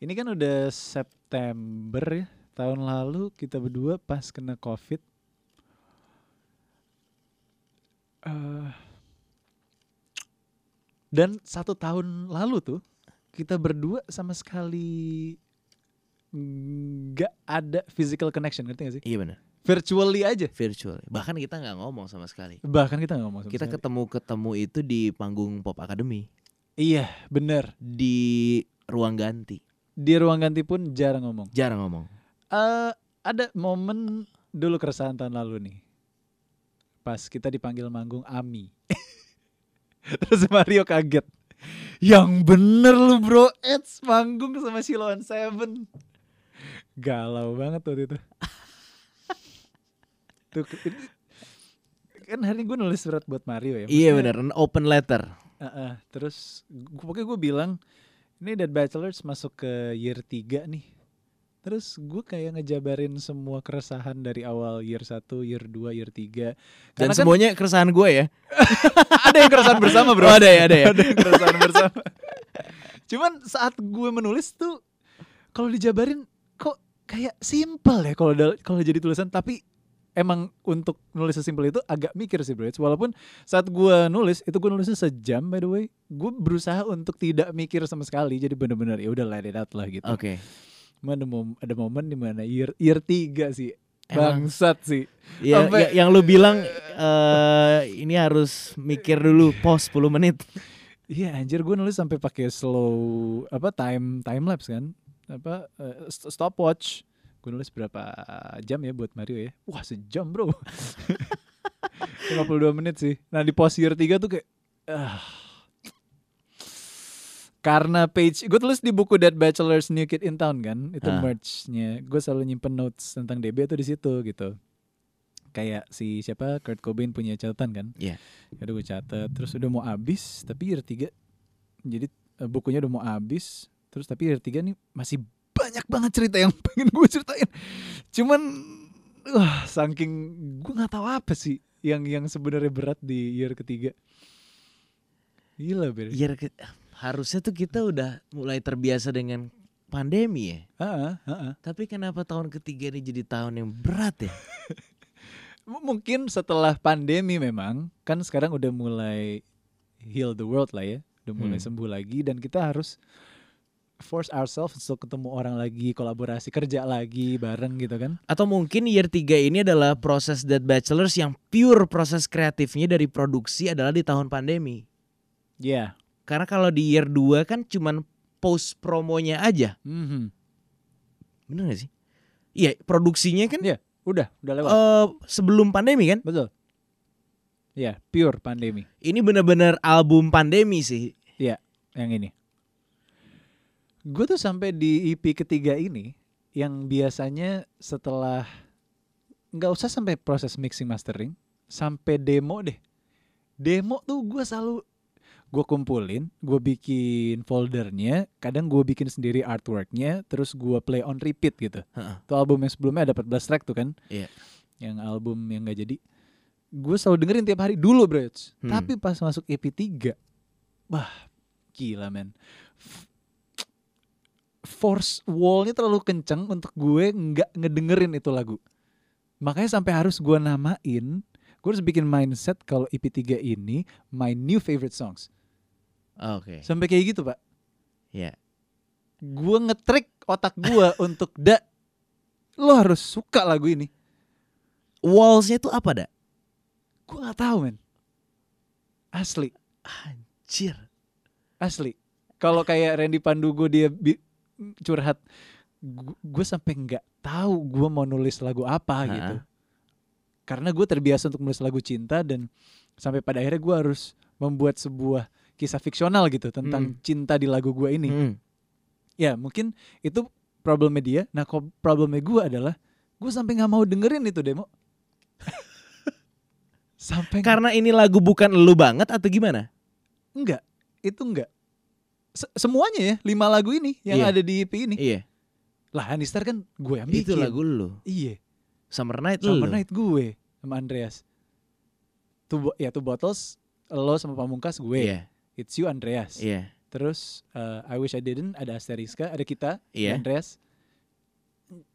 Ini kan udah September ya. Tahun lalu kita berdua pas kena COVID. Eh, dan satu tahun lalu tuh kita berdua sama sekali nggak ada physical connection, ngerti gak sih?
iya benar
Virtually aja.
virtual bahkan kita nggak ngomong sama sekali
Bahkan kita nggak ngomong sama
kita
sekali.
ketemu ketemu itu di panggung pop academy
Iya, bener.
di ruang ganti
Di ruang ganti pun jarang ngomong.
jarang ngomong
Eh ada momen dulu keresahan tahun lalu nih. Pas kita dipanggil manggung Ami. Terus Mario kaget. Yang bener lu bro, Eds manggung sama Siloan Seven. Galau banget waktu itu. Tuh, itu- kan hari gue nulis surat buat Mario ya.
Iya
maksudnya-
benar, an open letter.
Heeh, terus gu- pokoknya gue bilang ini Dead Bachelors masuk ke year 3 nih. Terus gue kayak ngejabarin semua keresahan dari awal year 1, year 2, year 3.
Dan
Karena kan
semuanya keresahan gue ya.
ada yang keresahan bersama bro.
Oh, ada ya, ada ya.
ada yang keresahan bersama. Cuman saat gue menulis tuh kalau dijabarin kok kayak simple ya kalau dal- kalau jadi tulisan tapi emang untuk nulis sesimpel itu agak mikir sih bro. Walaupun saat gue nulis itu gue nulisnya sejam by the way. Gue berusaha untuk tidak mikir sama sekali. Jadi bener-bener ya udah let it out lah gitu.
Oke.
Cuman ada mom- ada momen dimana year year tiga sih.
Emang.
Bangsat sih.
Ya,
Sampai-
ya- yang lu bilang eh ini harus mikir dulu pause 10 menit.
Iya anjir gue nulis sampai pakai slow apa time time lapse kan apa eh, st- stopwatch gue nulis berapa jam ya buat Mario ya wah sejam bro 52 menit sih nah di pos year 3 tuh kayak ah. karena page gue tulis di buku Dead Bachelors New Kid in Town kan itu
Ah.
merch-nya gue selalu nyimpen notes tentang DB tuh di situ gitu kayak si siapa Kurt Cobain punya catatan kan
Iya.
Aduh gue catat Terus udah mau habis Tapi year 3 Jadi eh, bukunya udah mau habis Terus tapi year 3 nih masih banyak banget cerita yang pengen gue ceritain Cuman Wah saking gue gak tahu apa sih Yang yang sebenarnya berat di year ketiga Gila ber
Ya, ke- harusnya tuh kita udah mulai terbiasa dengan pandemi ya.
Ah, ah, ah.
Tapi kenapa tahun ketiga ini jadi tahun yang berat ya?
M- Mungkin setelah pandemi memang Kan sekarang udah mulai Heal the world lah ya Udah mulai
Hmm.
sembuh lagi Dan kita harus force ourselves untuk ketemu orang lagi, kolaborasi, kerja lagi bareng gitu kan.
Atau mungkin year 3 ini adalah proses Dead Bachelors yang pure proses kreatifnya dari produksi adalah di tahun pandemi.
Iya.
Karena kalau di year 2 kan cuman post promonya aja.
Mhm.
Bener gak sih? Iya, produksinya kan
Iya, Udah, udah lewat.
eh, sebelum pandemi kan?
Oh, Betul. Iya, pure pandemi
Ini bener-bener album pandemi sih.
yang ini. Gue tuh sampai di EP ketiga ini yang biasanya setelah nggak usah sampai proses mixing mastering, sampai demo deh. Demo tuh gue selalu gue kumpulin, gue bikin foldernya, kadang gue bikin sendiri artworknya, terus gue play on repeat gitu.
Heeh.
Tuh album yang sebelumnya ada 14 track tuh kan.
Iya.
Yang album yang gak jadi. Gue selalu dengerin tiap hari dulu bro.
Hmm.
Tapi pas masuk EP3. Wah gila men. F- Force wallnya terlalu kenceng untuk gue nggak ngedengerin itu lagu. Makanya sampai harus gue namain. Gue harus bikin mindset kalau EP3 ini my new favorite songs.
Oke.
Sampai kayak gitu pak.
Iya.
Gue ngetrik otak gue untuk da. Lo harus suka lagu ini.
Walls-nya tuh apa, Da?
Gue nggak tahu men. Asli,
Anjir.
asli. Kalau kayak Randy Pandugo dia bi- curhat, gue sampai nggak tahu gue mau nulis lagu apa
Ha-ha.
gitu. Karena gue terbiasa untuk nulis lagu cinta dan sampai pada akhirnya gue harus membuat sebuah kisah fiksional gitu tentang
Hmm.
cinta di lagu gue ini.
Hmm.
Ya mungkin itu problemnya dia. Nah ko- problemnya gue adalah gue sampai nggak mau dengerin itu demo. sampai
Karena ini lagu bukan elu banget atau gimana?
Enggak, itu enggak. Se- semuanya ya, lima lagu ini yang
Iya.
ada di EP ini.
Iya.
Lah Hanistar kan gue yang bikin.
Itu lagu lu.
Iya,
Summer Night lu.
Summer Night gue sama Andreas. Two, bo- ya Two Bottles, lo sama Pamungkas gue.
Iya.
It's you Andreas.
Iya.
Terus eh, I Wish I Didn't, ada Asteriska, ada kita,
Iya.
Andreas.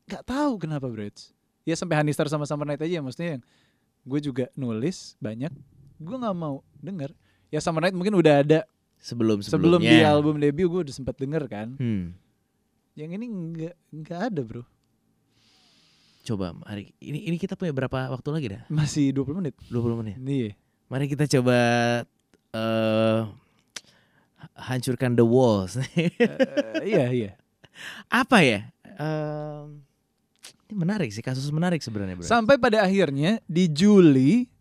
Gak tahu kenapa bro. It's- Ya sampai Hanistar sama Summer Night aja maksudnya yang gue juga nulis banyak. Gue nggak mau denger. Ya Summer Night mungkin udah ada
Sebelum
sebelum
sebelumnya.
di album debut gue udah sempat denger kan
Hmm.
yang ini nggak nggak ada bro
Coba mari ini ini kita punya berapa waktu lagi dah?
masih 20 menit
20 menit.
nih
Mari kita coba eh hancurkan the walls.
eh, iya iya
Apa ya? Em, Ini menarik sih, kasus menarik sebenarnya, Bro.
Sampai pada akhirnya di Juli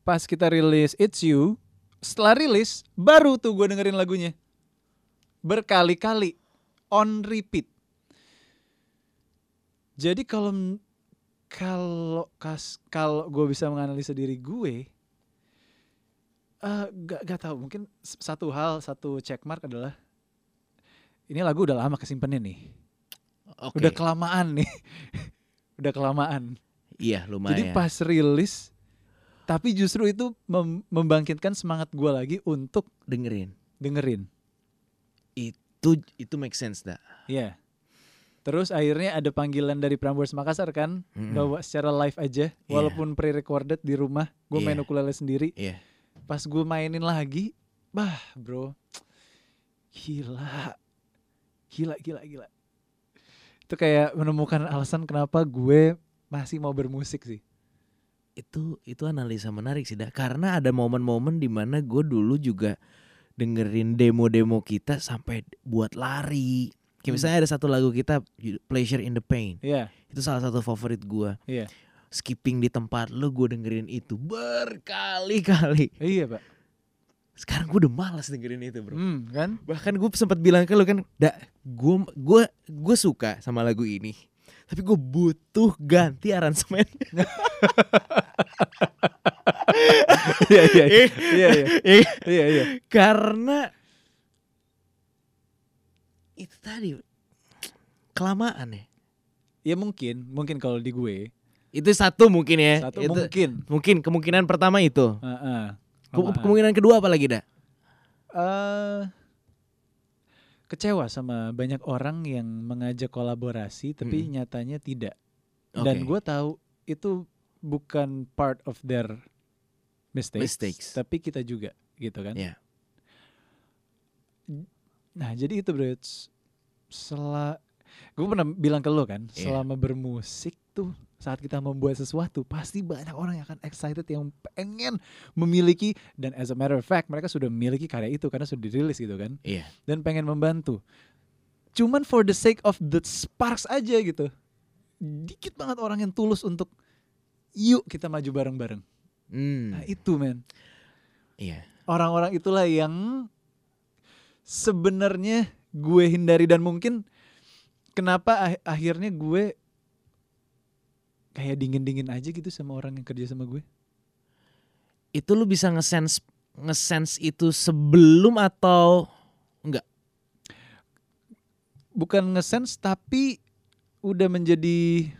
pas kita rilis It's You, setelah rilis baru tuh gue dengerin lagunya berkali-kali on repeat. Jadi kalau m- kalau kas kalau gue bisa menganalisa diri gue, eh gak gak tahu mungkin s- satu hal satu checkmark adalah ini lagu udah lama kesimpannya nih,
Oke.
udah kelamaan nih, udah kelamaan.
Iya, lumayan.
Jadi pas rilis tapi justru itu mem- membangkitkan semangat gue lagi untuk
dengerin.
dengerin.
Itu itu make sense dah.
Iya. Terus akhirnya ada panggilan dari Prambors Makassar kan,
Mm-mm.
bawa secara live aja walaupun pre-recorded di rumah, gue main
Iya.
ukulele sendiri.
Iya.
Pas gue mainin lagi, bah, bro. Gila. Gila gila gila. Itu kayak menemukan alasan kenapa gue masih mau bermusik sih.
Itu itu analisa menarik sih dah. Karena ada momen-momen di mana gue dulu juga dengerin demo-demo kita sampai buat lari. Kayak
Hmm.
misalnya ada satu lagu kita Pleasure in the Pain.
Iya,
Itu salah satu favorit gue.
Iya.
Skipping di tempat lu gue dengerin itu berkali-kali.
iya, Pak.
Sekarang gue udah malas dengerin itu, Bro.
Hmm, kan?
bahkan gue sempat bilang ke lo kan dak gue gue gue suka sama lagu ini tapi gue butuh ganti aransemen
Iya, iya. Iya, iya.
Eh,
Iya, iya.
karena itu tadi kelamaan ya
Ya mungkin, mungkin kalau di gue
itu satu mungkin ya
satu
Itu-
mungkin.
mungkin kemungkinan pertama itu
Heeh.
Ke- kemungkinan kedua apa lagi dak
Eh, kecewa sama banyak orang yang mengajak kolaborasi tapi
Mm-mm.
nyatanya tidak. Dan
Oke.
gue tahu itu bukan part of their mistakes,
Mistakes.
tapi kita juga gitu kan.
Iya.
Nah jadi itu bro, setelah gue pernah bilang ke lo kan,
Iya.
selama bermusik tuh saat kita membuat sesuatu pasti banyak orang yang akan excited yang pengen memiliki dan as a matter of fact mereka sudah memiliki karya itu karena sudah dirilis gitu kan
iya
dan pengen membantu. Cuman for the sake of the sparks aja gitu. Dikit banget orang yang tulus untuk yuk kita maju bareng-bareng. Nah,
Hmm,
itu men.
iya
Orang-orang itulah yang sebenarnya gue hindari dan mungkin kenapa ah- akhirnya gue kayak dingin-dingin aja gitu sama orang yang kerja sama gue.
itu lu bisa ngesense ngesense itu sebelum atau
bukan ngesense tapi udah menjadi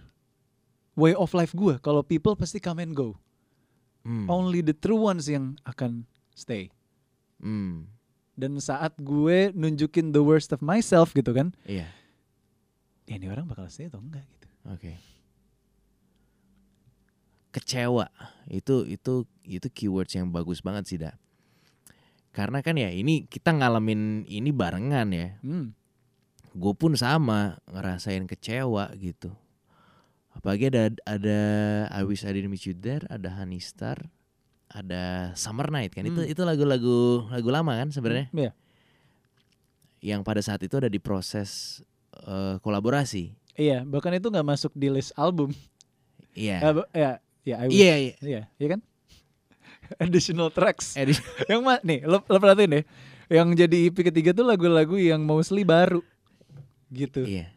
way of life gue. Kalau people pasti come and go.
Hmm,
Only the true ones yang akan stay.
hmm,
Dan saat gue nunjukin the worst of myself gitu kan,
iya
ya ini orang bakal stay atau enggak gitu.
Oke. Kecewa itu itu itu keywords yang bagus banget sih da. Karena kan ya ini kita ngalamin ini barengan ya.
Hmm.
Gue pun sama ngerasain kecewa gitu. Apalagi ada ada I Wish I Didn't Meet You There, ada Honey Star, ada Summer Night kan itu
Hmm.
itu lagu-lagu lagu lama kan sebenarnya
Iya.
yang pada saat itu ada di proses eh, kolaborasi.
Iya, bahkan itu nggak masuk di list album.
Iya.
Eh, ba- Ya, ya, I wish.
Iya, iya.
Iya, iya kan? Additional tracks.
Edit-
yang ma- nih, lo, lo perhatiin deh. Yang jadi EP ketiga tuh lagu-lagu yang mostly baru. Gitu.
Iya.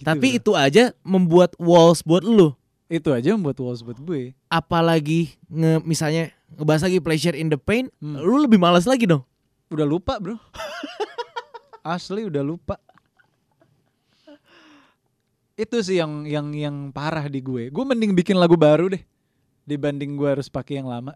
Gitu,
Tapi
bro.
itu aja membuat walls buat lu.
itu aja yang buat walls buat gue.
Apalagi nge, misalnya ngebahas lagi pleasure in the pain,
Hmm.
lu lebih malas lagi dong.
Udah lupa bro Asli udah lupa Itu sih yang yang yang parah di gue Gue mending bikin lagu baru deh Dibanding gue harus pakai yang lama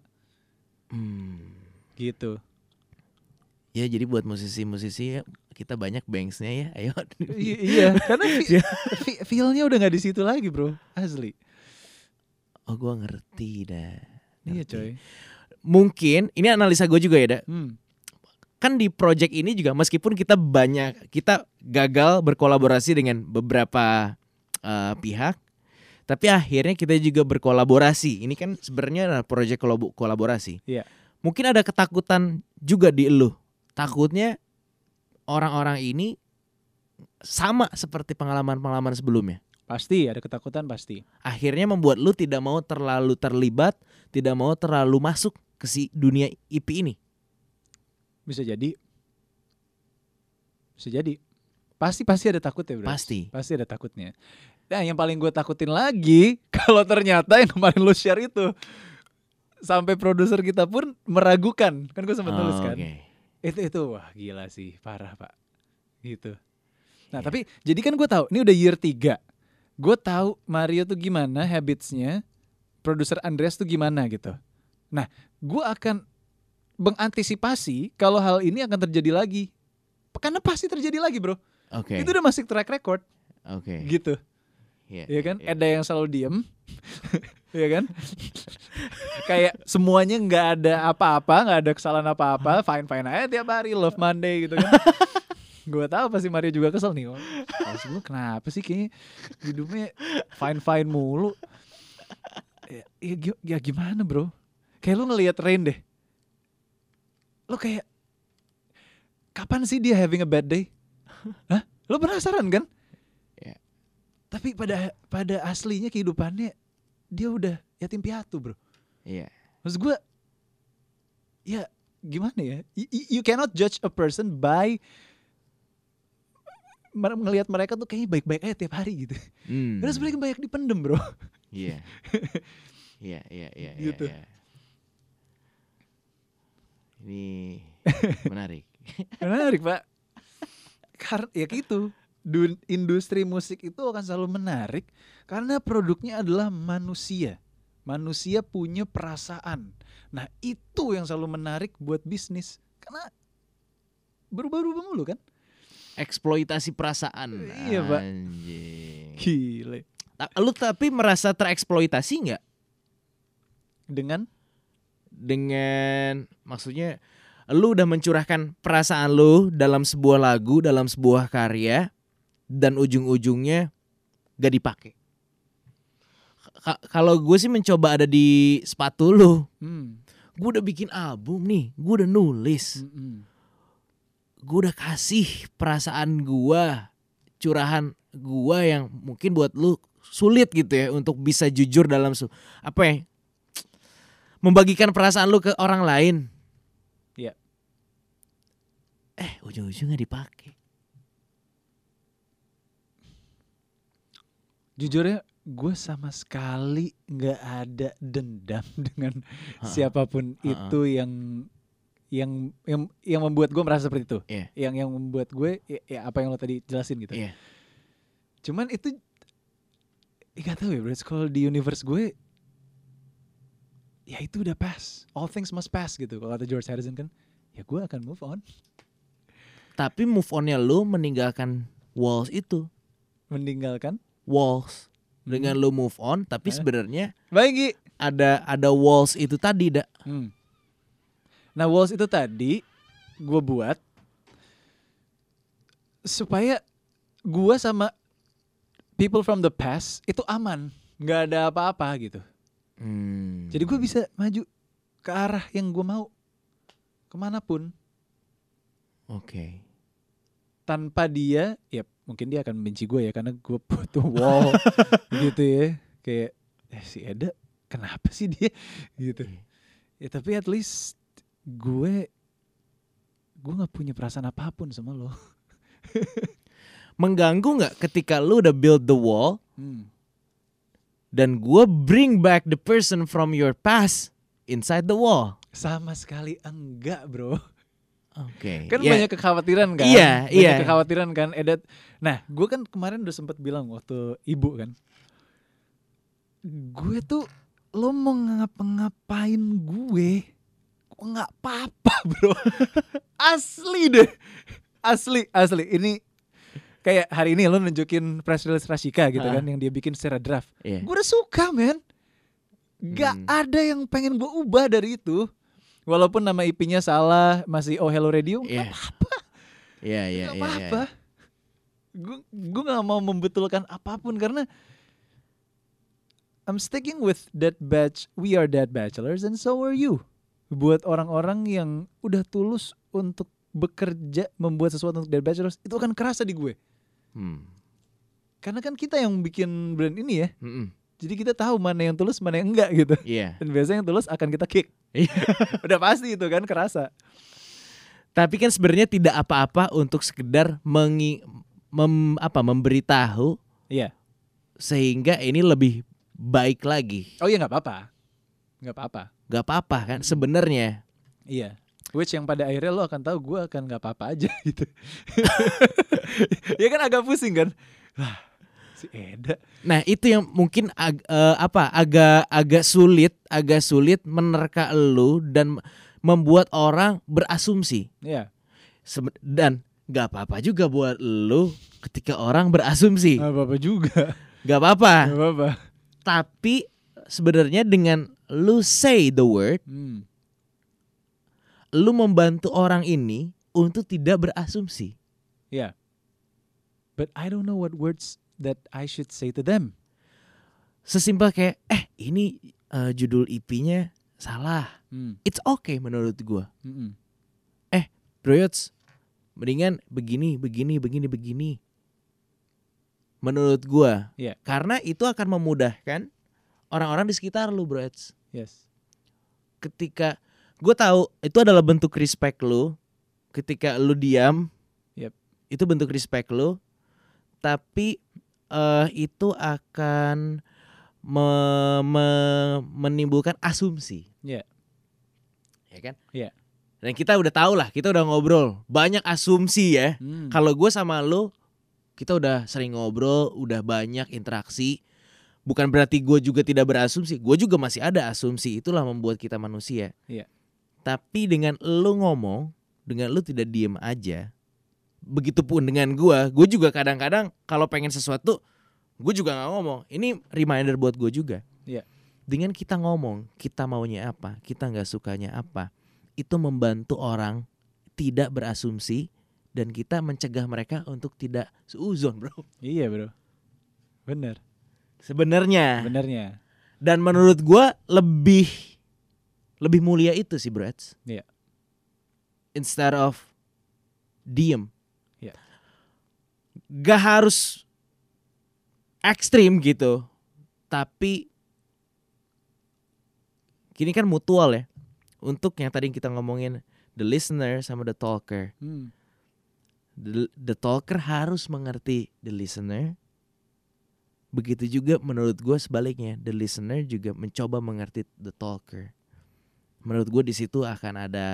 Gitu
Hmm. Ya jadi buat musisi-musisi ya, kita banyak banksnya ya. Ayo.
I- Iya Karena fi- fi- feel-nya udah gak di situ lagi bro Asli
oh gua ngerti dah.
Iya
Ngerti.
coy
Mungkin ini analisa gue juga ya, Da.
hmm.
Kan di project ini juga meskipun kita banyak kita gagal berkolaborasi dengan beberapa eh, pihak tapi akhirnya kita juga berkolaborasi. Ini kan sebenarnya adalah proyek kolabo- kolaborasi.
Iya.
Mungkin ada ketakutan juga di elu. Takutnya orang-orang ini sama seperti pengalaman-pengalaman sebelumnya.
Pasti ada ketakutan pasti.
akhirnya membuat lu tidak mau terlalu terlibat, tidak mau terlalu masuk ke si dunia IP ini.
Bisa jadi. Bisa jadi. Pasti pasti ada takut ya bro.
Pasti.
Pasti ada takutnya. Nah yang paling gue takutin lagi kalau ternyata yang kemarin lu share itu sampai produser kita pun meragukan kan gue sempat nulis kan.
Oh, Oke.
Itu itu wah gila sih parah pak. Gitu. Nah
Iya.
tapi jadi kan gue tahu ini udah year 3 Gue tahu Mario tuh gimana habitsnya, produser Andreas tuh gimana gitu. Nah gue akan mengantisipasi kalau hal ini akan terjadi lagi. Karena pasti terjadi lagi bro.
Oke.
Itu udah masuk track record
Oke.
gitu
Iya,
ya kan
iya.
ada yang selalu diem ya kan kayak semuanya nggak ada apa-apa nggak ada kesalahan apa-apa fine fine aja tiap hari love Monday gitu kan gue tahu pasti Mario juga kesel nih oh, maksud gua, kenapa sih kayaknya hidupnya fine fine mulu ya, ya gi- ya gimana bro kayak lu ngelihat Rain deh lu kayak kapan sih dia having a bad day Hah? lu penasaran kan tapi pada pada aslinya kehidupannya dia udah yatim piatu bro
Iya.
maksud gue ya gimana ya Y- y- you, cannot judge a person by mer- ngelihat mereka tuh kayaknya baik-baik aja tiap hari gitu
Hmm.
karena sebenarnya banyak dipendem bro
Iya. Iya, iya, iya, iya,
Gitu.
iya. Ini menarik.
menarik pak Kar ya gitu Dun- industri musik itu akan selalu menarik karena produknya adalah manusia manusia punya perasaan nah itu yang selalu menarik buat bisnis karena berubah-ubah mulu kan
Eksploitasi perasaan.
Iya, Pak.
Anjing.
gile
Ta- Lu tapi merasa tereksploitasi nggak
dengan
dengan maksudnya lu udah mencurahkan perasaan lu dalam sebuah lagu, dalam sebuah karya dan ujung-ujungnya gak dipakai. Ka- Kalau gue sih mencoba ada di sepatu lu,
hmm,
gue udah bikin album nih, gue udah nulis,
mm, mm.
gue udah kasih perasaan gue, curahan gue yang mungkin buat lu sulit gitu ya untuk bisa jujur dalam su apa ya membagikan perasaan lu ke orang lain.
Iya.
Eh ujung-ujungnya dipakai.
jujurnya gue sama sekali nggak ada dendam dengan
Ha-ha.
siapapun
Ha-ha.
itu yang yang yang yang membuat gue merasa seperti itu
Iya.
yang yang membuat gue ya, ya apa yang lo tadi jelasin gitu
Iya.
cuman itu eh, nggak tahu ya bro kalau di universe gue ya itu udah pass all things must pass gitu kalau kata George Harrison kan ya gue akan move on
Tapi move onnya lu meninggalkan walls itu,
meninggalkan
walls dengan lu move on, tapi
Eh.
sebenarnya
baik Gi.
ada ada walls itu tadi, dak.
Hmm. Nah walls itu tadi gue buat supaya gue sama people from the past itu aman, nggak ada apa-apa gitu. Jadi gue bisa maju ke arah yang gue mau kemanapun
Oke.
tanpa dia, ya mungkin dia akan membenci gue ya karena gue butuh wall gitu ya. Kayak eh, si Eda kenapa sih dia gitu.
Iya.
Ya tapi at least gue gue nggak punya perasaan apapun sama lo.
Mengganggu nggak ketika lu udah build the wall
Hmm.
dan gue bring back the person from your past inside the wall?
Sama sekali enggak bro.
Oke.
Kan
Ya,
banyak kekhawatiran kan.
Iya,
banyak
iya.
kekhawatiran kan. Edat. Nah gue kan kemarin udah sempet bilang waktu ibu kan. Gue tuh lo mau ngapa-ngapain gue? Gue nggak apa-apa bro. asli deh. Asli, asli. Ini kayak hari ini lo nunjukin press release Rashika gitu
Ah.
kan yang dia bikin secara draft.
iya.
Gue udah suka men Gak
Hmm.
ada yang pengen gue ubah dari itu Walaupun nama IP-nya salah Masih Oh Hello Radio nggak
Iya.
apa-apa
Iya, iya,
nggak
iya, iya.
apa-apa Gue gue gak mau membetulkan apapun Karena I'm sticking with that batch We are that bachelors and so are you Buat orang-orang yang udah tulus Untuk bekerja Membuat sesuatu untuk that bachelors Itu akan kerasa di gue
Hmm.
karena kan kita yang bikin brand ini ya
Mm-mm.
jadi kita tahu mana yang tulus mana yang enggak gitu
Iya.
dan biasanya yang tulus akan kita kick
Iya.
udah pasti itu kan kerasa
Tapi kan sebenarnya tidak apa-apa untuk sekedar mengi mem- apa memberitahu
Iya.
sehingga ini lebih baik lagi.
oh iya nggak apa-apa nggak apa-apa
Gak apa-apa kan sebenarnya.
Iya. Which yang pada akhirnya lo akan tahu gue akan nggak apa-apa aja gitu. ya kan agak pusing kan. Lah, si Eda.
Nah, itu yang mungkin ag- eh, apa agak agak sulit, agak sulit menerka elu dan membuat orang berasumsi.
Iya.
Sebe- dan gak apa-apa juga buat elu ketika orang berasumsi.
Gak apa-apa juga.
Gak apa-apa.
Gak apa-apa.
Tapi sebenarnya dengan lu say the word,
Hmm.
lu membantu orang ini untuk tidak berasumsi.
But I don't know what words that I should say to them.
Sesimpel kayak eh ini eh, judul IP-nya salah.
Hmm.
It's okay menurut gua.
Mm-mm.
Broyots, mendingan begini, begini, begini, begini. Menurut gua.
Iya.
Karena itu akan memudahkan orang-orang di sekitar lu, Broyots.
Yes.
ketika gue tahu itu adalah bentuk respect lu ketika lu diam
Yep.
itu bentuk respect lu tapi eh, itu akan me- me- menimbulkan asumsi
Iya.
ya kan
Iya.
dan kita udah tahu lah kita udah ngobrol banyak asumsi ya
Hmm.
kalau gue sama lu kita udah sering ngobrol udah banyak interaksi bukan berarti gue juga tidak berasumsi gue juga masih ada asumsi itulah membuat kita manusia
Iya.
tapi dengan lu ngomong dengan lu tidak diem aja begitupun dengan gue gue juga kadang-kadang kalau pengen sesuatu gue juga nggak ngomong ini reminder buat gue juga
Iya.
dengan kita ngomong kita maunya apa kita nggak sukanya apa itu membantu orang tidak berasumsi dan kita mencegah mereka untuk tidak seuzon bro
Iya bro. Bener.
sebenarnya
Benernya.
dan menurut gua lebih lebih mulia itu sih bro Eds.
Iya.
instead of diem
Iya.
gak harus ekstrim gitu tapi gini kan mutual ya untuk yang tadi kita ngomongin the listener sama the talker
Hmm.
the, the talker harus mengerti the listener. Begitu juga menurut gue sebaliknya, the listener juga mencoba mengerti the talker. Menurut gue di situ akan ada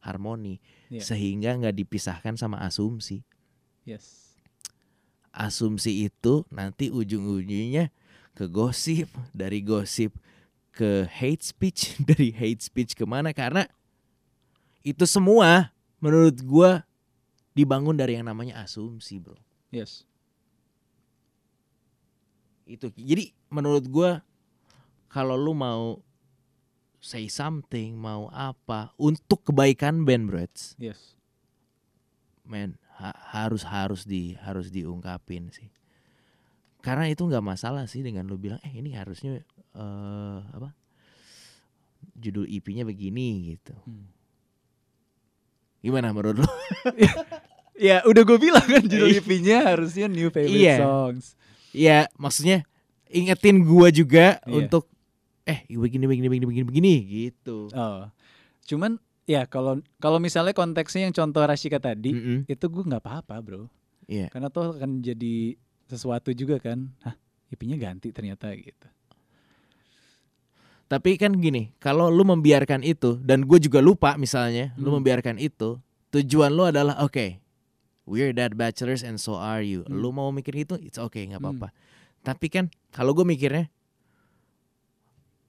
harmoni
Iya.
sehingga nggak dipisahkan sama asumsi.
Yes.
Asumsi itu nanti ujung-ujungnya ke gosip, dari gosip ke hate speech, dari hate speech kemana? Karena itu semua menurut gue dibangun dari yang namanya asumsi, bro.
Yes.
itu jadi menurut gua kalau lu mau say something mau apa untuk kebaikan band bro It's-
Yes.
men ha- harus harus di harus diungkapin sih karena itu nggak masalah sih dengan lu bilang eh ini harusnya eh, apa judul IP-nya begini gitu
Hmm.
gimana menurut lu
Ya udah gue bilang kan judul IP-nya harusnya new favorite
Iya.
songs.
ya maksudnya ingetin gua juga
Iya.
untuk eh begini begini begini begini begini gitu
Oh. Cuman ya kalau kalau misalnya konteksnya yang contoh Rashika tadi,
Mm-mm.
itu gue nggak apa-apa bro
Iya.
karena tuh akan jadi sesuatu juga kan hah IP-nya ganti ternyata gitu
Tapi kan gini, kalau lu membiarkan itu dan gue juga lupa misalnya, lu
Hmm.
membiarkan itu, tujuan lu adalah oke. we're that bachelors and so are you.
Hmm.
Lu mau mikir itu, it's okay, nggak apa-apa. Tapi kan kalau gue mikirnya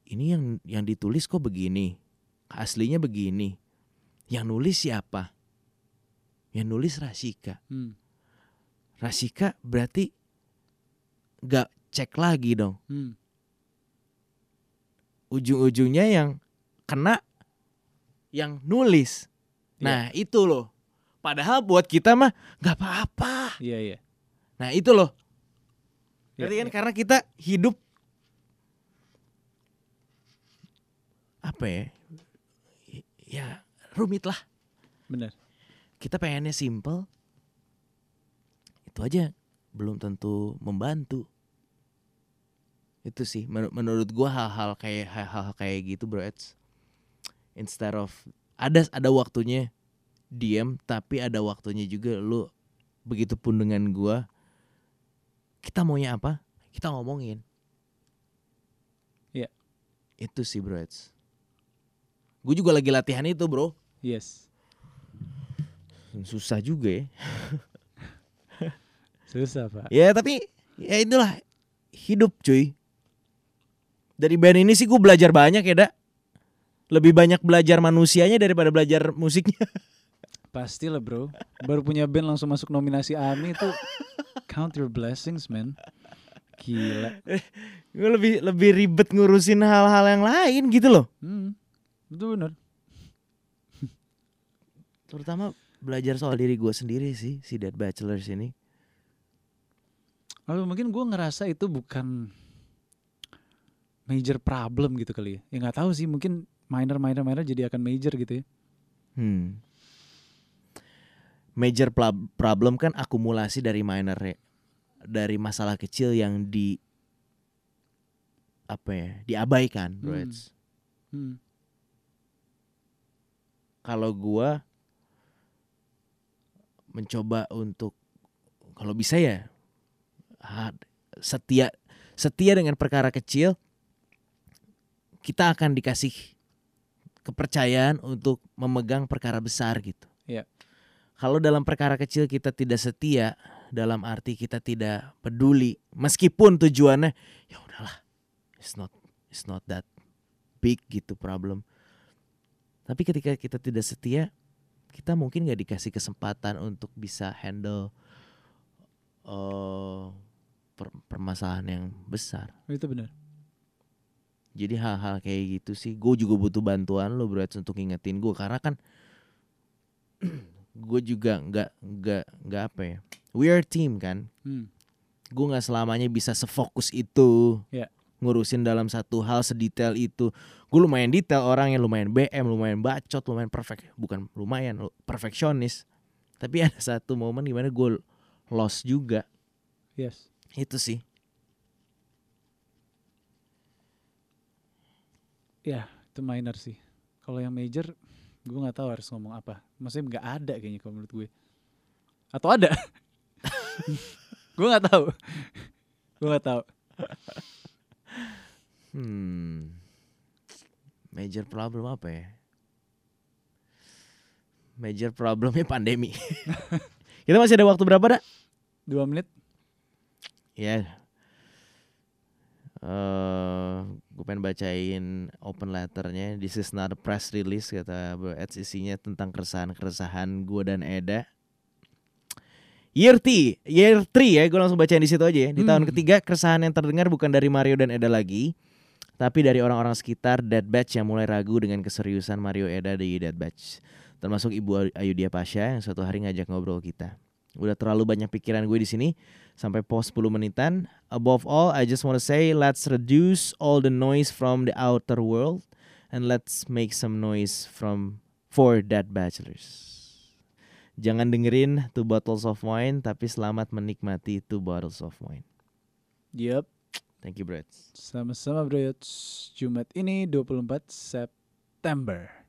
ini yang yang ditulis kok begini. Aslinya begini. Yang nulis siapa? Yang nulis Rasika.
hmm.
Rasika berarti nggak cek lagi dong
Hmm.
ujung-ujungnya yang kena yang nulis. Nah, itu loh. Padahal buat kita mah nggak apa-apa.
iya iya
Nah, itu loh.
Iya,
Berarti kan
iya.
karena kita hidup apa ya? Ya, rumit lah.
benar
Kita pengennya simple. Itu aja belum tentu membantu. Itu sih menur- menurut gua hal-hal kayak hal-hal kayak gitu bro Eds. Instead of ada ada waktunya diam tapi ada waktunya juga lu begitupun dengan gua kita maunya apa? Kita ngomongin.
Iya.
Itu sih bro Eds. Gue juga lagi latihan itu bro.
Yes.
Susah juga ya.
Susah, Pak.
Ya tapi ya itulah hidup cuy. Dari band ini sih gue belajar banyak ya, Da. Lebih banyak belajar manusianya daripada belajar musiknya.
Pasti lah, Bro. Baru punya band langsung masuk nominasi AMI itu count your blessings, man. Gila.
Gue lebih lebih ribet ngurusin hal-hal yang lain gitu loh.
Hmm. Itu benar.
Terutama belajar soal diri gue sendiri sih si Dead Bachelors ini.
Atau mungkin gue ngerasa itu bukan major problem gitu kali ya. Ya nggak tahu sih, mungkin minor minor minor jadi akan major gitu ya.
Hmm. Major pla- problem kan akumulasi dari minor ya. Dari masalah kecil yang di apa ya? diabaikan, bro.
Hmm.
Eds.
Hmm.
kalau gua mencoba untuk kalau bisa ya ha- setia setia dengan perkara kecil kita akan dikasih kepercayaan untuk memegang perkara besar gitu.
Iya.
Kalau dalam perkara kecil kita tidak setia, dalam arti kita tidak peduli, meskipun tujuannya ya udahlah, it's not it's not that big gitu problem. Tapi ketika kita tidak setia, kita mungkin nggak dikasih kesempatan untuk bisa handle eh, per- permasalahan yang besar.
Itu benar.
Jadi hal-hal kayak gitu sih, gue juga butuh bantuan lo bro Eds, untuk ingetin gue karena kan gue juga nggak nggak nggak apa ya. We are team kan.
Hmm.
gue nggak selamanya bisa sefokus itu
Iya.
ngurusin dalam satu hal sedetail itu gue lumayan detail orangnya lumayan bm lumayan bacot lumayan perfect bukan lumayan lu- perfeksionis tapi ada satu momen dimana gue lost juga
Yes.
itu sih
Itu minor sih. Kalau yang major gue nggak tahu harus ngomong apa. Maksudnya nggak ada kayaknya kalau menurut gue. Atau ada? gue nggak tahu. gue nggak tahu.
hmm major problem apa ya major problemnya pandemi kita masih ada waktu berapa dah
Dua menit.
Ya. eh gue pengen bacain open letternya This is not a press release Kata Bro Eds isinya tentang keresahan-keresahan gue dan Eda Year 3 Year 3 ya Gue langsung bacain di situ aja ya Di tahun
Hmm.
ketiga keresahan yang terdengar bukan dari Mario dan Eda lagi Tapi dari orang-orang sekitar Dead Batch yang mulai ragu dengan keseriusan Mario Eda di Dead Batch Termasuk Ibu Ayudhya Pasha yang suatu hari ngajak ngobrol kita Udah terlalu banyak pikiran gue di sini sampai pos 10 menitan. Above all, I just want to say let's reduce all the noise from the outer world and let's make some noise from for that bachelors. Jangan dengerin Two Bottles of Wine, tapi selamat menikmati Two Bottles of Wine.
Yep.
Thank you, Brett.
Sama-sama bro. Jumat ini 24 September.